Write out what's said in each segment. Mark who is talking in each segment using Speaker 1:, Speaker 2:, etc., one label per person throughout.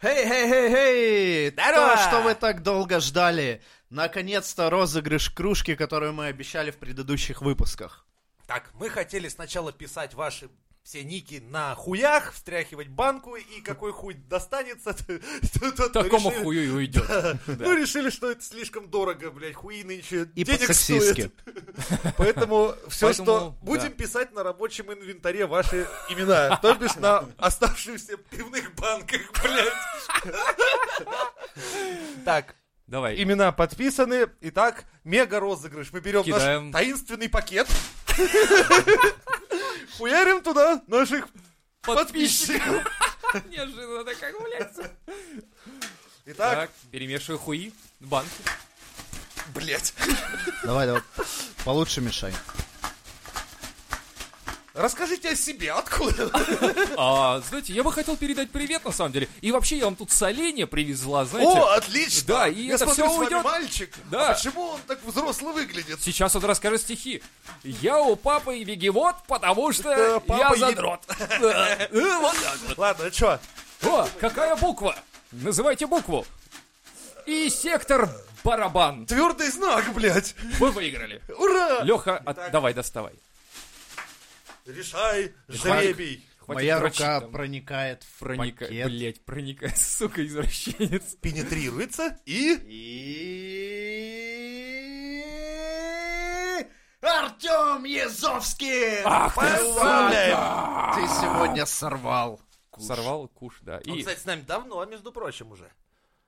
Speaker 1: Хей, хей, хей, хей!
Speaker 2: Здорово!
Speaker 1: То, что вы так долго ждали. Наконец-то розыгрыш кружки, которую мы обещали в предыдущих выпусках.
Speaker 2: Так, мы хотели сначала писать ваши все ники на хуях, встряхивать банку, и какой хуй достанется, т- т- тот мы
Speaker 3: Такому
Speaker 2: решили-
Speaker 3: хую и уйдет.
Speaker 2: Ну, решили, что это слишком дорого, блядь, хуи нынче
Speaker 1: И
Speaker 2: денег
Speaker 1: по-сексистски.
Speaker 2: стоит. Поэтому все, что
Speaker 3: Поэтому,
Speaker 2: будем
Speaker 3: да.
Speaker 2: писать на рабочем инвентаре ваши имена, то бишь на оставшихся пивных банках, блядь. Так,
Speaker 3: Давай.
Speaker 2: имена подписаны. Итак, мега розыгрыш. Мы берем
Speaker 3: Кидаем.
Speaker 2: наш таинственный пакет. Хуярим туда наших подписчиков.
Speaker 3: Неожиданно так округляется.
Speaker 2: Итак,
Speaker 3: Так, перемешиваю хуи. Банки.
Speaker 2: блядь.
Speaker 1: Давай, давай. Получше мешай.
Speaker 2: Расскажите о себе, откуда?
Speaker 3: А, знаете, я бы хотел передать привет, на самом деле. И вообще, я вам тут соленья привезла, знаете.
Speaker 2: О, отлично!
Speaker 3: да, и
Speaker 2: Я
Speaker 3: это
Speaker 2: смотрю,
Speaker 3: всё
Speaker 2: с вами
Speaker 3: уйдёт.
Speaker 2: мальчик.
Speaker 3: Да.
Speaker 2: А почему он так взрослый выглядит?
Speaker 3: Сейчас он расскажет стихи. Я у папы вегевод, потому
Speaker 2: Да,
Speaker 3: что
Speaker 2: папа
Speaker 3: я
Speaker 2: е-
Speaker 3: задрот. Да, э, вот так вот.
Speaker 2: Ладно, а что?
Speaker 3: О, какая буква? Называйте букву. И сектор барабан.
Speaker 2: Твердый знак, блядь!
Speaker 3: Вы выиграли.
Speaker 2: Ура!
Speaker 3: Леха, давай доставай.
Speaker 2: Решай,
Speaker 3: Решай.
Speaker 2: жребий.
Speaker 3: Хватит
Speaker 1: Моя
Speaker 3: дрочить
Speaker 1: рука
Speaker 3: там.
Speaker 1: проникает в
Speaker 3: проникает.
Speaker 1: пакет.
Speaker 3: Блять, проникает, сука, извращенец.
Speaker 2: Пенетрируется и...
Speaker 1: И... Артем Язовский!
Speaker 3: Ах ты
Speaker 2: Поздравляем!
Speaker 1: Ты сегодня сорвал.
Speaker 3: Сорвал куш, да.
Speaker 2: Он,
Speaker 3: И...
Speaker 2: кстати, с нами давно, между прочим, уже.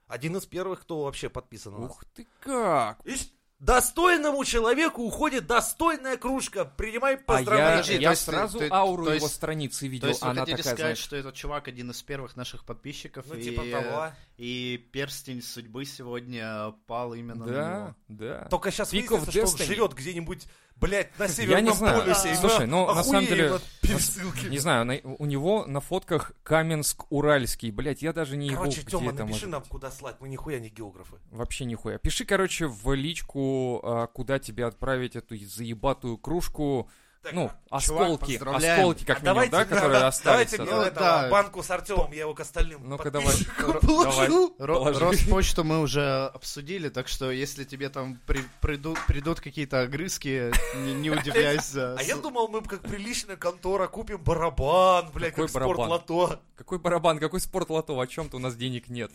Speaker 2: Один из первых, кто вообще подписан на нас.
Speaker 3: Ух ты
Speaker 1: А
Speaker 3: как!
Speaker 2: Видишь, достойному человеку уходит достойная кружка. Принимай
Speaker 3: А я,
Speaker 2: поздравления.
Speaker 1: Подожди,
Speaker 3: я
Speaker 1: то есть ты-
Speaker 3: сразу
Speaker 1: ты-
Speaker 3: ауру
Speaker 1: то
Speaker 3: его
Speaker 1: есть-
Speaker 3: страницы видел,
Speaker 1: То есть вы
Speaker 3: она
Speaker 1: хотите
Speaker 3: такая,
Speaker 1: сказать,
Speaker 3: знаешь,
Speaker 1: что этот чувак один из первых наших подписчиков?
Speaker 2: Ну,
Speaker 1: и,
Speaker 2: типа того.
Speaker 1: И перстень судьбы сегодня пал именно на
Speaker 3: да,
Speaker 1: него.
Speaker 3: да.
Speaker 2: Только сейчас
Speaker 3: Peak of
Speaker 2: выяснится, что он
Speaker 3: Destiny.
Speaker 2: живет где-нибудь, блядь, на
Speaker 3: Я
Speaker 2: северном
Speaker 3: не знаю.
Speaker 2: полюсе.
Speaker 3: Слушай, ну, на самом деле,
Speaker 2: Пересылки.
Speaker 3: Не знаю, на- у него на фотках Каменск-Уральский, блять, я даже не
Speaker 2: Короче,
Speaker 3: его
Speaker 2: Тёма,
Speaker 3: где это
Speaker 2: напиши
Speaker 3: может
Speaker 2: нам,
Speaker 3: быть.
Speaker 2: куда слать, мы нихуя не географы.
Speaker 3: Вообще нихуя. Пиши, короче, в личку, а, куда тебе отправить эту заебатую кружку.
Speaker 2: Так,
Speaker 3: ну,
Speaker 1: чувак,
Speaker 3: осколки,
Speaker 1: поздравляем.
Speaker 3: осколки, как
Speaker 2: А
Speaker 3: минимум, да, которые
Speaker 2: да,
Speaker 3: остались.
Speaker 2: Давайте
Speaker 3: а, от-
Speaker 2: мне
Speaker 1: Ну,
Speaker 2: вот этого
Speaker 1: да.
Speaker 2: банку с Артемом, я его к остальным
Speaker 3: Ну-ка, давай.
Speaker 2: подписчикам
Speaker 3: Р-
Speaker 2: положу.
Speaker 1: Ро-
Speaker 3: Положи.
Speaker 1: Роспочту мы уже обсудили, так что если тебе там при- придут, придут какие-то огрызки, не, не удивляйся.
Speaker 2: А я думал, мы как приличная контора купим барабан, блядь,
Speaker 3: Какой
Speaker 2: как спорт
Speaker 3: барабан?
Speaker 2: лото.
Speaker 3: Какой барабан, какой спорт лото, о чем-то у нас денег нет.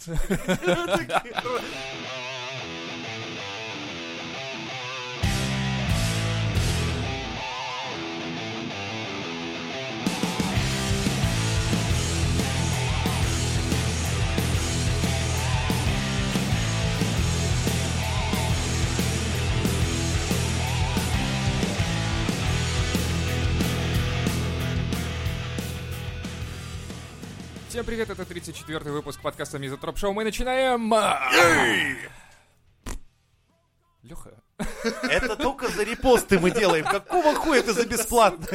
Speaker 3: Всем привет, это 34-й выпуск подкаста Мизотроп Шоу. Мы начинаем! Леха,
Speaker 2: Это только за репосты мы делаем. Какого хуя это за бесплатно?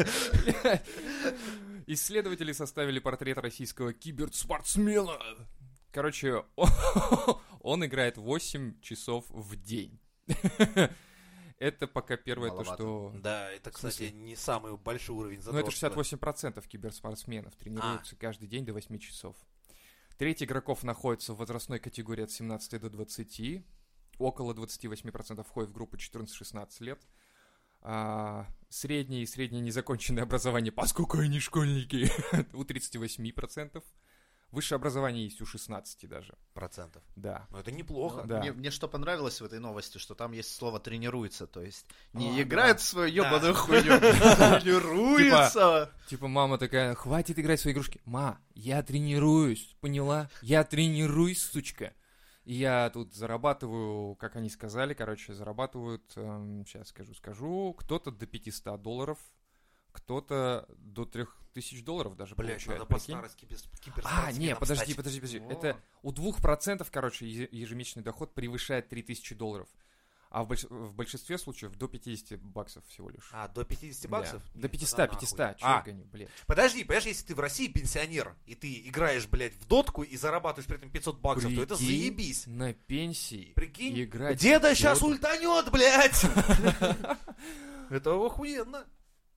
Speaker 3: исследователи составили портрет российского киберспортсмена. Короче, он играет 8 часов в день. Это пока первое то,
Speaker 1: Маловато.
Speaker 3: что...
Speaker 2: Да, это, кстати, не самый большой уровень
Speaker 3: Ну, это
Speaker 2: задротства.
Speaker 3: 68% киберспортсменов тренируются каждый день до 8 часов. Треть игроков находится в возрастной категории от 17 до 20. Около 28% входит в группу 14-16 лет. А, среднее и среднее незаконченное образование, поскольку они школьники, у 38%. Высшее образование есть у 16 даже.
Speaker 2: процентов.
Speaker 3: Да.
Speaker 2: Но это неплохо.
Speaker 3: да.
Speaker 1: Мне, мне что понравилось в этой новости, что там есть слово тренируется, то есть не
Speaker 3: А,
Speaker 1: играет в свою ебаную хуйню, тренируется.
Speaker 3: Типа мама такая, хватит играть в свои игрушки. Ма, я тренируюсь, поняла? Я тренируюсь, сучка. И Я тут зарабатываю, как они сказали, короче, зарабатывают, сейчас скажу, скажу, кто-то до 500 долларов, кто-то до 3000 долларов даже
Speaker 2: Блять,
Speaker 3: получает,
Speaker 2: надо по
Speaker 3: прикинь?
Speaker 2: старости кибер- киберспортсменам
Speaker 3: А, не, подожди,
Speaker 2: стать.
Speaker 3: подожди, подожди.
Speaker 1: О.
Speaker 3: Это у 2%, короче, езе- ежемесячный доход превышает 3000 долларов. А в, больш- в большинстве случаев до 50 баксов всего лишь.
Speaker 2: А, до 50
Speaker 3: Да.
Speaker 2: баксов?
Speaker 3: До
Speaker 2: Нет,
Speaker 3: 500,
Speaker 2: тогда нахуй.
Speaker 3: 500, чё я
Speaker 2: А,
Speaker 3: гоню, блядь.
Speaker 2: подожди, понимаешь, если ты в России пенсионер, и ты играешь, блядь, в дотку и зарабатываешь при этом 500 баксов, то это
Speaker 3: Прикинь,
Speaker 2: заебись.
Speaker 3: На пенсии.
Speaker 2: Прикинь,
Speaker 3: играть.
Speaker 2: деда
Speaker 3: в
Speaker 2: сейчас
Speaker 3: доту.
Speaker 2: ультанет, блядь! Это охуенно.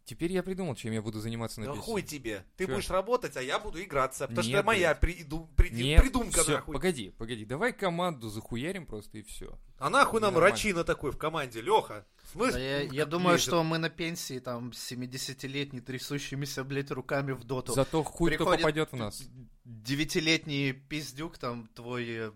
Speaker 3: Теперь я придумал, чем я буду заниматься на
Speaker 2: Да
Speaker 3: пенсии.
Speaker 2: хуй тебе. Ты
Speaker 3: Чё?
Speaker 2: будешь работать, а я буду играться. Потому что
Speaker 3: Нет,
Speaker 2: это моя приду- приди-
Speaker 3: Нет,
Speaker 2: придумка,
Speaker 3: всё,
Speaker 2: нахуй.
Speaker 3: погоди, погоди, давай команду захуярим просто и все.
Speaker 2: А нахуй нам
Speaker 3: Нормально.
Speaker 2: Рачина такой в Ну, команде, Леха?
Speaker 1: Да я, я думаю, что мы на пенсии, там, 70-летний, трясущимися, блядь, руками в доту.
Speaker 3: Зато хуй кто
Speaker 1: Приходит
Speaker 3: попадет в нас.
Speaker 1: Девятилетний пиздюк, там, твой э,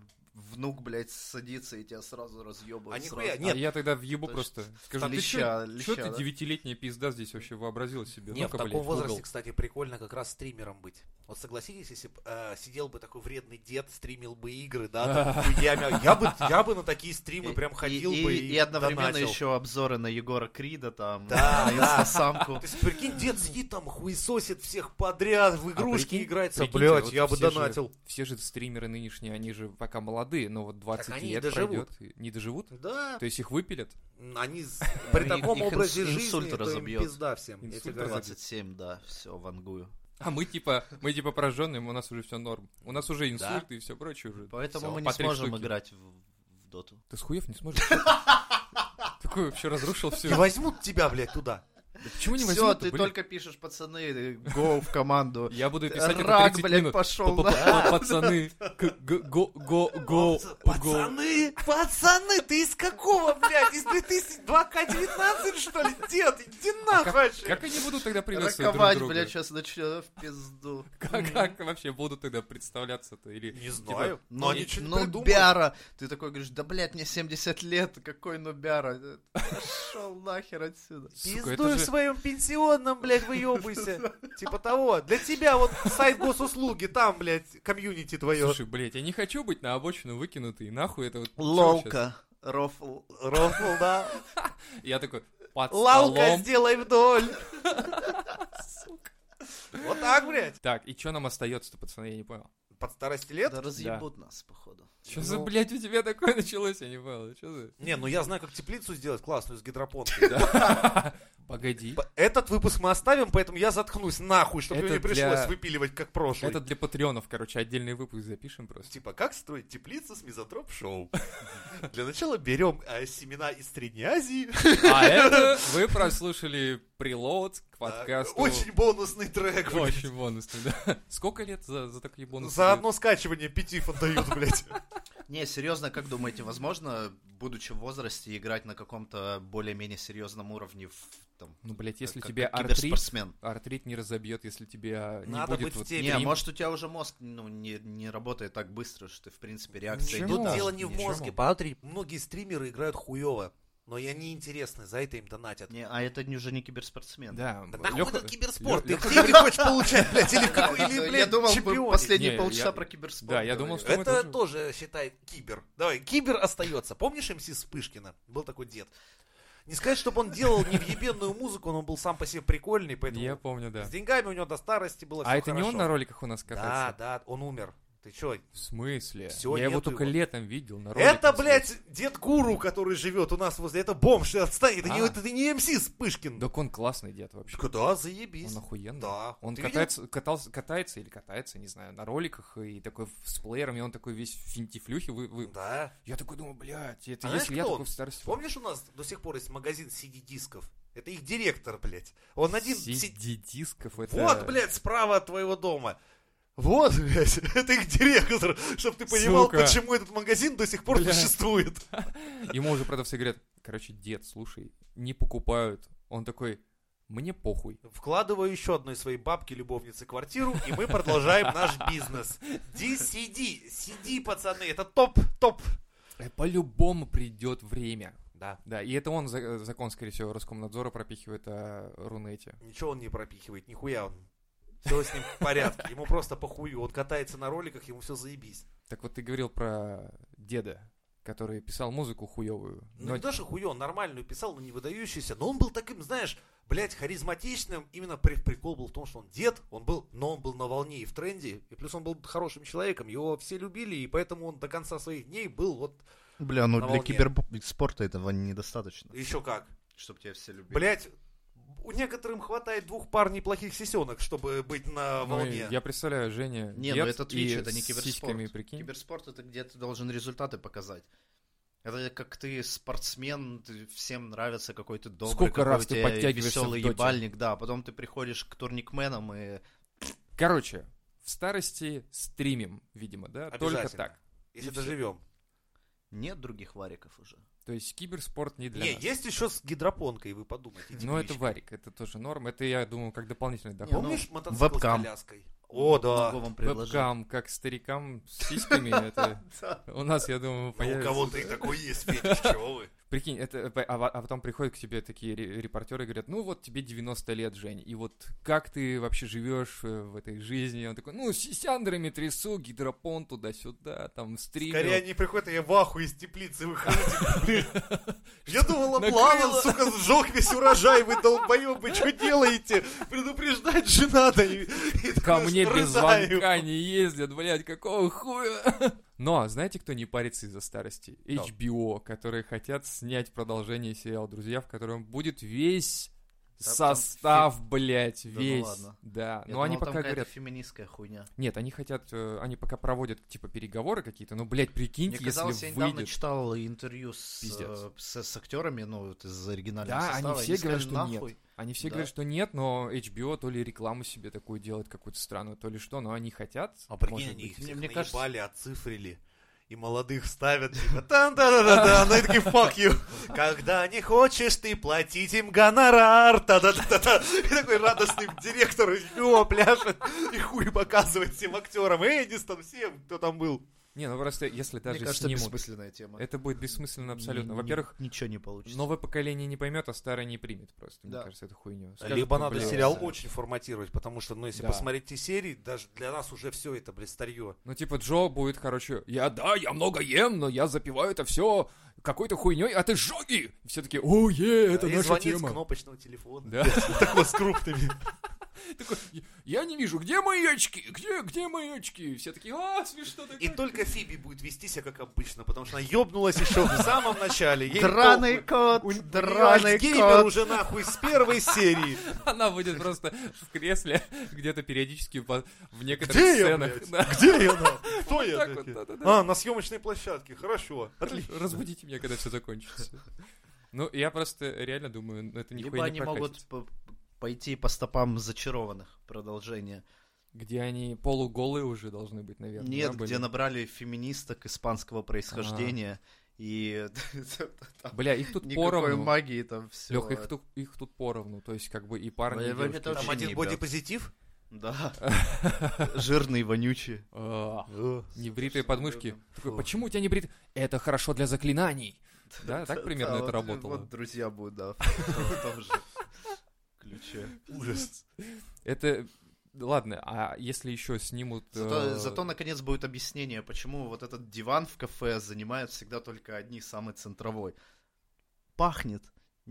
Speaker 1: внук, блядь, садится и тебя сразу разъебывает.
Speaker 2: А нихуя,
Speaker 1: сразу.
Speaker 2: Нет.
Speaker 3: А я тогда въебу
Speaker 1: То есть
Speaker 3: просто. Скажу, ты
Speaker 1: леща-
Speaker 3: что
Speaker 1: леща,
Speaker 3: ты
Speaker 1: да?
Speaker 3: девятилетняя пизда здесь вообще вообразила себе?
Speaker 2: Не, в
Speaker 3: Ну-ка,
Speaker 2: таком
Speaker 3: блядь, в угол.
Speaker 2: возрасте, кстати, прикольно как раз стримером быть. Вот согласитесь, если бы сидел бы такой вредный дед, стримил бы игры, да, там, хуями. я бы, я бы на такие стримы прям
Speaker 1: И-
Speaker 2: ходил
Speaker 1: и,
Speaker 2: бы
Speaker 1: и, одновременно
Speaker 2: донатил.
Speaker 1: еще обзоры на Егора Крида, там,
Speaker 2: Да,
Speaker 1: на
Speaker 2: да.
Speaker 1: инстасамку.
Speaker 2: То есть, прикинь, дед сидит там, хуесосит всех подряд, в игрушки
Speaker 3: А прикинь-
Speaker 2: играется.
Speaker 3: прикиньте,
Speaker 2: Блять,
Speaker 3: вот
Speaker 2: я бы
Speaker 3: все же-
Speaker 2: донатил.
Speaker 3: Все же стримеры нынешние, они же пока молодые, но вот 20
Speaker 2: они не
Speaker 3: лет
Speaker 2: доживут.
Speaker 3: пройдет. и Не доживут?
Speaker 2: Да,
Speaker 3: То есть их выпилят?
Speaker 2: они с- при
Speaker 1: Их-
Speaker 2: таком
Speaker 1: их инс-
Speaker 2: образе
Speaker 1: инсульт
Speaker 2: жизни, то им
Speaker 1: разобьет.
Speaker 2: пизда всем. я тебе
Speaker 3: Инсульт
Speaker 2: говорю.
Speaker 1: 27, да, все, вангую.
Speaker 3: А мы типа, мы типа пораженные, у нас уже все норм. У нас уже инсульт и все прочее уже.
Speaker 1: Поэтому
Speaker 3: Всё,
Speaker 1: мы
Speaker 3: по
Speaker 1: не
Speaker 3: три
Speaker 1: сможем
Speaker 3: штуки.
Speaker 1: играть в, в доту.
Speaker 3: Ты с хуев не сможешь? Такой вообще разрушил
Speaker 2: И
Speaker 3: все.
Speaker 2: возьмут тебя, блядь, туда.
Speaker 3: Почему Ну, не
Speaker 1: Все,
Speaker 3: возьмут?
Speaker 1: ты только пишешь, пацаны, э, гоу в команду.
Speaker 3: Я буду писать это
Speaker 1: Рак,
Speaker 3: 30
Speaker 1: блядь,
Speaker 3: минут.
Speaker 1: пошел.
Speaker 3: П- п- п- Пацаны, к- г- го, го, го, го.
Speaker 2: Пацаны, пацаны, ты из какого, блядь, из 2002К19, что ли, дед? Иди нахуй вообще.
Speaker 3: А Как они будут тогда приветствовать друг
Speaker 1: Раковать,
Speaker 3: друга?
Speaker 1: блядь, сейчас начнет в пизду.
Speaker 3: Как, как вообще будут тогда представляться-то? Или,
Speaker 2: Не
Speaker 3: типа,
Speaker 2: знаю, но они что-то
Speaker 1: ну,
Speaker 2: придумают.
Speaker 1: Нубяра! Ты такой говоришь, да, блядь, мне 70 лет, какой Нубяра? Пошел нахер отсюда.
Speaker 3: Сука, это
Speaker 2: Пиздуй в
Speaker 3: же...
Speaker 2: своем пенсионном, блядь, выебайся. Типа того. Для тебя вот сайт госуслуги, там, блядь, комьюнити твое.
Speaker 3: Слушай, блядь, я не хочу быть на обочину выкинутый, нахуй это вот... чё сейчас?
Speaker 1: Лолка. Рофл.
Speaker 2: Рофл, да.
Speaker 3: Я такой, под
Speaker 2: Лалка,
Speaker 3: столом.
Speaker 2: сделай вдоль. Вот так, блядь.
Speaker 3: Так, и что нам остается-то, пацаны, я не понял.
Speaker 2: Под старости лет?
Speaker 1: Да разъебут нас, походу.
Speaker 3: Что за, блядь, у тебя такое началось, я не понял, что за...
Speaker 2: Не, ну я знаю, как теплицу сделать классную с гидропонкой.
Speaker 3: Погоди,
Speaker 2: П- Этот выпуск мы оставим, поэтому я заткнусь нахуй, чтобы
Speaker 3: Это
Speaker 2: мне не пришлось
Speaker 3: для-
Speaker 2: выпиливать как прошлый.
Speaker 3: это для патреонов, короче, отдельный выпуск запишем просто.
Speaker 2: Типа, как строить теплицу с мизотроп шоу? Для начала берем э, семена из Средней Азии.
Speaker 3: А это вы прослушали прилот к подкасту.
Speaker 2: Э, Очень бонусный трек. блядь.
Speaker 3: Очень бонусный, да. Сколько лет за, за такие бонусы?
Speaker 2: За одно скачивание пяти отдают, блядь.
Speaker 1: Не, серьезно, как думаете, возможно, будучи в возрасте, играть на каком-то более-менее серьезном уровне в там,
Speaker 3: Ну, блядь, если
Speaker 1: как-
Speaker 3: тебе
Speaker 1: как
Speaker 3: артрит,
Speaker 1: киберспортсмен.
Speaker 3: артрит не разобьет, если тебя не
Speaker 2: Надо
Speaker 3: будет
Speaker 2: быть в
Speaker 3: вот
Speaker 2: теме.
Speaker 1: Не, а
Speaker 3: трим-
Speaker 1: может у тебя уже мозг ну, не, не работает так быстро, что ты, в принципе, реакция
Speaker 3: Почему?
Speaker 1: идет.
Speaker 2: Тут дело не в
Speaker 3: Почему?
Speaker 2: мозге. Посмотри, многие стримеры играют хуево, но и они интересны, за это им донатят.
Speaker 1: Не, а это не- уже не киберспортсмен.
Speaker 3: Да,
Speaker 2: Да
Speaker 3: б-
Speaker 2: нахуй
Speaker 3: Лёха-
Speaker 2: этот киберспорт? Ты
Speaker 3: Лё-
Speaker 2: где деньги хочешь получать, блядь, или, в какой- или,
Speaker 1: Я
Speaker 2: блядь,
Speaker 1: думал,
Speaker 2: чемпионе?
Speaker 1: последние
Speaker 3: Не,
Speaker 1: полчаса
Speaker 3: я-
Speaker 1: про киберспорт.
Speaker 3: Да, я
Speaker 1: говорили.
Speaker 3: думал, что мы
Speaker 2: Это
Speaker 3: тоже-
Speaker 2: тоже, считай, кибер. Давай, кибер остается. Помнишь МС Вспышкина? Был такой дед. Не сказать, чтобы он делал невъебенную музыку, но он был сам по себе прикольный, поэтому
Speaker 3: Я помню, да.
Speaker 2: с деньгами у него до старости было
Speaker 3: А
Speaker 2: всё
Speaker 3: это не он
Speaker 2: хорошо.
Speaker 3: на роликах у нас
Speaker 2: Да,
Speaker 3: катается?
Speaker 2: да, он умер. Ты чё?
Speaker 3: В смысле?
Speaker 2: Всё,
Speaker 3: Я его
Speaker 2: нету
Speaker 3: только
Speaker 2: его.
Speaker 3: летом видел на роликах.
Speaker 2: Это, блядь, дед Гуру, который живет у нас возле. Это бомж, ты отстань. Это, не,
Speaker 3: А.
Speaker 2: это не МС Вспышкин.
Speaker 3: Так он классный дед вообще.
Speaker 2: Да, заебись.
Speaker 3: Он охуенный.
Speaker 2: Да.
Speaker 3: Он
Speaker 2: Ты
Speaker 3: катается, катался, катается или катается, не знаю, на роликах и такой в- с плеерами, он такой весь в финтифлюхе. Вы, вы-
Speaker 2: Да.
Speaker 3: Я такой думаю, блядь, это
Speaker 2: А знаешь,
Speaker 3: если я
Speaker 2: кто
Speaker 3: такой
Speaker 2: он?
Speaker 3: в старости...
Speaker 2: Помнишь, у нас до сих пор есть магазин CD-дисков? Это их директор, блядь. Он один... си-
Speaker 3: CD-дисков это...
Speaker 2: Вот, блядь, справа от твоего дома. Вот, блядь, это их директор, чтобы ты понимал,
Speaker 3: Сука.
Speaker 2: почему этот магазин до сих пор
Speaker 3: Блядь.
Speaker 2: существует.
Speaker 3: Ему уже продавцы говорят, короче, дед, слушай, не покупают. Он такой, мне похуй.
Speaker 2: Вкладываю еще одной своей бабки любовницы квартиру, и мы продолжаем наш бизнес. DCD, CD, пацаны, это топ, топ.
Speaker 3: Э, По-любому придет время.
Speaker 2: Да.
Speaker 3: Да, и это он за- закон, скорее всего, Роскомнадзора пропихивает о Рунете.
Speaker 2: Ничего он не пропихивает, нихуя он. Все с ним в порядке, ему просто похую, он катается на роликах, ему все заебись.
Speaker 3: Так вот ты говорил про деда, который писал музыку хуевую.
Speaker 2: Ну, не то, что хуё, он нормальную писал, но не выдающийся. Но он был таким, знаешь, блядь, харизматичным. Именно при- прикол был в том, что он дед, он был, но он был на волне и в тренде. И плюс он был хорошим человеком, его все любили, и поэтому он до конца своих дней был вот
Speaker 1: Бля, ну
Speaker 2: На
Speaker 1: для
Speaker 2: волне.
Speaker 1: киберспорта этого недостаточно,
Speaker 2: еще как.
Speaker 1: чтобы тебя все любили.
Speaker 2: Блядь, у некоторым хватает двух пар неплохих сисенок, чтобы быть на
Speaker 3: Ну,
Speaker 2: волне.
Speaker 3: я представляю, Женя,
Speaker 1: Не,
Speaker 3: дед
Speaker 1: ну это
Speaker 3: и
Speaker 1: Twitch, это не
Speaker 3: с сиськами,
Speaker 1: киберспорт.
Speaker 3: прикинь.
Speaker 1: Киберспорт это где ты должен результаты показать. Это как ты спортсмен, ты- всем нравится какой-то добрый,
Speaker 3: Сколько
Speaker 1: какой
Speaker 3: раз
Speaker 1: у
Speaker 3: ты
Speaker 1: тебя
Speaker 3: подтягиваешься
Speaker 1: веселый
Speaker 3: в доте?
Speaker 1: ебальник, да, потом ты приходишь к турникменам и...
Speaker 3: Короче, в старости стримим, видимо, да? Только
Speaker 2: Обязательно.
Speaker 3: так.
Speaker 2: Если
Speaker 3: И всё.
Speaker 2: доживем.
Speaker 1: Нет других вариков уже.
Speaker 3: То есть киберспорт не для
Speaker 2: Не,
Speaker 3: нас. Ну,
Speaker 2: есть еще с гидропонкой, вы подумайте.
Speaker 3: Но это
Speaker 2: тепличка.
Speaker 3: варик, это тоже норм. Это, я думаю, как дополнительный
Speaker 1: ну,
Speaker 3: доход.
Speaker 2: Помнишь мотоцикл
Speaker 1: вебкам.
Speaker 2: с коляской? О, да.
Speaker 3: Ну,
Speaker 1: Могу Ну, вам предложить.
Speaker 3: Вебкам, как старикам с сиськами, это
Speaker 1: Да.
Speaker 3: у нас, я думаю,
Speaker 2: Ну, у
Speaker 3: появится.
Speaker 2: кого-то и такой есть, фетиш, чего вы?
Speaker 3: Прикинь, это, а, во- а потом приходят к тебе такие ре- репортеры и говорят, ну вот тебе 90 лет, Жень, и вот как ты вообще живешь э, в этой жизни? Он такой, ну, с сисяндрами трясу, гидропон туда-сюда, там,
Speaker 2: Скорее
Speaker 3: стримил.
Speaker 2: они приходят, а я в ахуе из теплицы выходите, блин. Я думала,
Speaker 3: Накрыло.
Speaker 2: плавал, сука, сжег весь урожай, вы долбоебы, что делаете? Предупреждать же надо. И, и
Speaker 3: Ко
Speaker 2: такой,
Speaker 3: мне
Speaker 2: что
Speaker 3: без
Speaker 2: рыдаю.
Speaker 3: звонка не ездят, блядь, какого хуя? Но знаете, кто не парится из-за старости?
Speaker 2: Кто?
Speaker 3: HBO, которые хотят снять продолжение сериала «Друзья», в котором будет весь
Speaker 1: Да, там
Speaker 3: состав, блядь,
Speaker 1: ну
Speaker 3: весь.
Speaker 1: ладно.
Speaker 3: Да,
Speaker 1: Я
Speaker 3: но они
Speaker 1: думал, там
Speaker 3: пока
Speaker 1: какая-то
Speaker 3: говорят...
Speaker 1: феминистская хуйня.
Speaker 3: Нет, они хотят, э, они пока проводят типа переговоры какие-то, но, блядь, прикиньте,
Speaker 1: Мне казалось,
Speaker 3: если
Speaker 1: я недавно
Speaker 3: выйдет.
Speaker 1: читал интервью с,
Speaker 3: Пиздец.
Speaker 1: э, с, с актерами, ну, вот из оригинального
Speaker 3: Да,
Speaker 1: состава.
Speaker 3: они все говорят,
Speaker 1: сказали,
Speaker 3: что
Speaker 1: «Нахуй».
Speaker 3: нет. Они все
Speaker 1: Да.
Speaker 3: говорят, что нет, но HBO то ли рекламу себе такую делает какую-то странную, то ли что, но они хотят.
Speaker 2: А прикинь,
Speaker 3: может
Speaker 2: они
Speaker 3: быть.
Speaker 2: их всех
Speaker 1: Мне кажется-
Speaker 2: наебали, отцифрили. И молодых ставят, типа, там да да да да ну и такие, fuck you. Когда не хочешь ты платить им гонорар, та да да да да И такой радостный директор, о, пляшет, и хуй показывает всем актерам, Эдистам, всем, кто там был.
Speaker 3: Не, ну просто если даже
Speaker 1: Мне кажется,
Speaker 3: снимут,
Speaker 1: бессмысленная тема.
Speaker 3: это будет бессмысленно абсолютно.
Speaker 1: Ни-
Speaker 3: Во-первых,
Speaker 1: ни- ничего не получится.
Speaker 3: новое поколение не поймет, а старое не примет просто. Мне
Speaker 1: Да.
Speaker 3: кажется, это хуйня.
Speaker 2: Либо надо сериал
Speaker 1: да.
Speaker 2: очень форматировать, потому что, ну, если
Speaker 3: Да.
Speaker 2: посмотреть те серии, даже для нас уже все это, блядь, старье.
Speaker 3: Ну, типа, Джо будет, короче, я, да, я много ем, но я запиваю это все какой-то хуйней, а ты жоги! Все такие, о, е, это
Speaker 2: и
Speaker 3: наша
Speaker 2: звонит
Speaker 3: тема.
Speaker 2: с кнопочного телефона.
Speaker 3: Да.
Speaker 2: Такой с крупными.
Speaker 3: Такой, я не вижу, где мои очки? Где, где мои очки? Все такие, а, смешно так.
Speaker 2: И только Фиби будет вести себя как обычно, потому что она ёбнулась еще в самом начале. Ей
Speaker 1: Драный
Speaker 2: похуй.
Speaker 1: кот,
Speaker 2: У- у неё
Speaker 1: драный
Speaker 2: Альцгеймер
Speaker 1: кот.
Speaker 2: уже нахуй с первой серии.
Speaker 3: Она будет просто в кресле где-то периодически по- в некоторых
Speaker 2: Где я,
Speaker 3: сценах.
Speaker 2: блядь?
Speaker 3: да.
Speaker 2: Где я? нахуй? Кто я?
Speaker 3: так вот,
Speaker 2: такие?
Speaker 3: да-да-да.
Speaker 2: А, на съемочной площадке. Хорошо. Отлично.
Speaker 3: Разбудите меня, когда все закончится. Ну, я просто реально думаю, ну, это
Speaker 1: Либо
Speaker 3: нихуя
Speaker 1: они
Speaker 3: не
Speaker 1: могут
Speaker 3: прокатит.
Speaker 1: п- пойти по стопам зачарованных продолжение.
Speaker 3: Где они полуголые уже должны быть, наверное.
Speaker 1: Нет,
Speaker 3: да, были?
Speaker 1: где набрали феминисток испанского происхождения. И там
Speaker 3: Бля, их тут
Speaker 1: никакой
Speaker 3: А. поровну.
Speaker 1: магии там все.
Speaker 3: Лех, их тут, их тут поровну. То есть, как бы и парни, и
Speaker 1: Бля,
Speaker 3: девушки.
Speaker 1: это
Speaker 2: Там
Speaker 1: вообще
Speaker 2: один
Speaker 1: не,
Speaker 2: бодипозитив.
Speaker 1: Да. Жирные, вонючие.
Speaker 3: А,
Speaker 1: Слушай,
Speaker 3: Небритые подмышки.
Speaker 1: серьёзно.
Speaker 3: Такой,
Speaker 2: Фу.
Speaker 3: почему у тебя не брит? Это хорошо для заклинаний. Да, так примерно
Speaker 1: Да,
Speaker 3: это
Speaker 1: А, вот-
Speaker 3: работало.
Speaker 1: Вот друзья будут, да. в том же ключе.
Speaker 2: Ужас.
Speaker 3: Это ладно, а если еще снимут.
Speaker 1: Зато,
Speaker 3: э,
Speaker 1: зато, наконец будет объяснение, почему вот этот диван в кафе занимают всегда только одни самый центровой. Пахнет.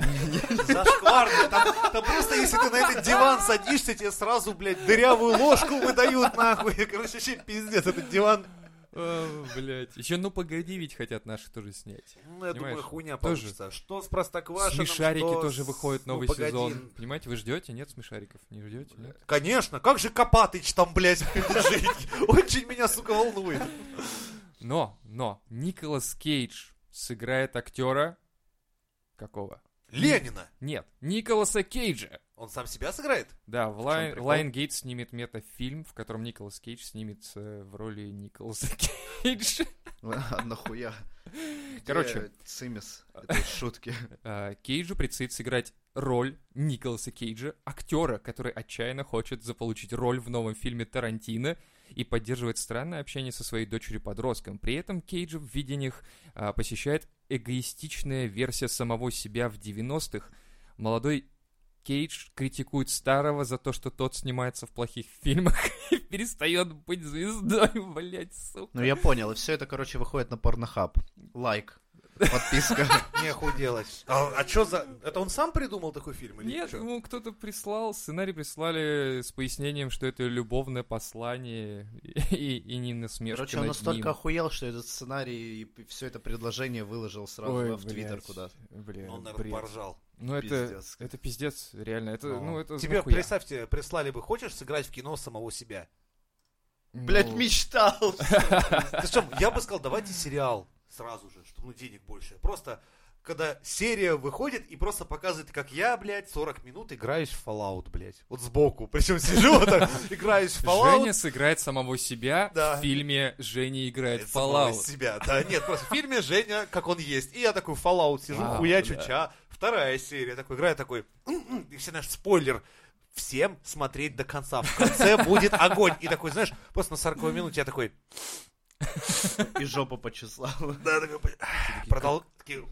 Speaker 2: Зашкварно. Там, там просто, если ты на этот диван садишься, тебе сразу, блядь, дырявую ложку выдают, нахуй. Короче, вообще пиздец, этот диван.
Speaker 3: э, блядь. Еще ну погоди, ведь хотят наши тоже снять.
Speaker 2: Ну, я думаю,
Speaker 3: Понимаешь?
Speaker 2: хуйня
Speaker 3: Тоже.
Speaker 2: получится. Что с Простоквашиным,
Speaker 3: Смешарики
Speaker 2: что
Speaker 3: тоже
Speaker 2: с-
Speaker 3: выходит
Speaker 2: ну,
Speaker 3: новый
Speaker 2: погоди.
Speaker 3: сезон. Понимаете, вы ждете? Нет смешариков? Не ждете? Нет?
Speaker 2: Конечно, как же Копатыч там, блядь, будет жить? Очень меня, сука, волнует.
Speaker 3: Но, но, Николас Кейдж сыграет актера. Какого?
Speaker 2: Ленина.
Speaker 3: Нет, Николаса Кейджа.
Speaker 2: Он сам себя сыграет?
Speaker 3: Да, в Лайн,
Speaker 1: прикол?
Speaker 3: Гейт снимет метафильм, в котором Николас Кейдж снимется в роли Николаса Кейджа.
Speaker 1: А Нахуя. Где
Speaker 2: Э,
Speaker 3: Короче.
Speaker 1: Цимис. Это шутки.
Speaker 3: А, Кейджу предстоит сыграть роль Николаса Кейджа, актера, который отчаянно хочет заполучить роль в новом фильме Тарантино и поддерживает странное общение со своей дочерью-подростком. При этом Кейджа в видениях а, посещает эгоистичная версия самого себя в 90-х. Молодой Кейдж критикует старого за то, что тот снимается в плохих фильмах и перестает быть звездой, блять, сука.
Speaker 1: Ну я понял, и все это, короче, выходит на порнохаб. Лайк. Подписка.
Speaker 2: Не делать. А, а что за... Это он сам придумал такой фильм? Или
Speaker 3: Нет,
Speaker 2: чё?
Speaker 3: ему кто-то прислал, сценарий прислали с пояснением, что это любовное послание и, и не насмешка
Speaker 1: Короче, он
Speaker 3: над
Speaker 1: настолько
Speaker 3: ним.
Speaker 1: охуел, что этот сценарий и все это предложение выложил сразу
Speaker 3: Ой,
Speaker 1: в Твиттер
Speaker 3: блядь,
Speaker 1: куда-то.
Speaker 3: Блин,
Speaker 2: Он, наверное,
Speaker 3: бред.
Speaker 2: поржал.
Speaker 3: Ну это,
Speaker 1: Пиздец.
Speaker 3: это пиздец, реально. Это, ну, это
Speaker 2: Тебе,
Speaker 3: нахуя.
Speaker 2: представьте, прислали бы, хочешь сыграть в кино самого себя?
Speaker 3: Ну,
Speaker 1: Блять, мечтал!
Speaker 2: Ты что, я бы сказал, давайте сериал. сразу же, чтобы ну, денег больше. Просто когда серия выходит и просто показывает, как я, блядь, 40 минут играюсь в Fallout, блядь. Вот сбоку. Причем сижу вот так, играюсь в Fallout.
Speaker 3: Женя сыграет самого себя
Speaker 2: Да.
Speaker 3: в фильме «Женя играет в
Speaker 2: самого
Speaker 3: Fallout».
Speaker 2: себя, да. Нет, просто в фильме Женя, как он есть. И я такой Fallout сижу,
Speaker 3: Вау,
Speaker 2: хуячу
Speaker 3: да.
Speaker 2: ча. Вторая серия, такой играю, такой, «М-м-м». и все, знаешь, спойлер, всем смотреть до конца. В конце будет огонь. И такой, знаешь, просто на 40 минуте я такой,
Speaker 1: И жопу почесала.
Speaker 2: да, такой, «Бля, продол- такие,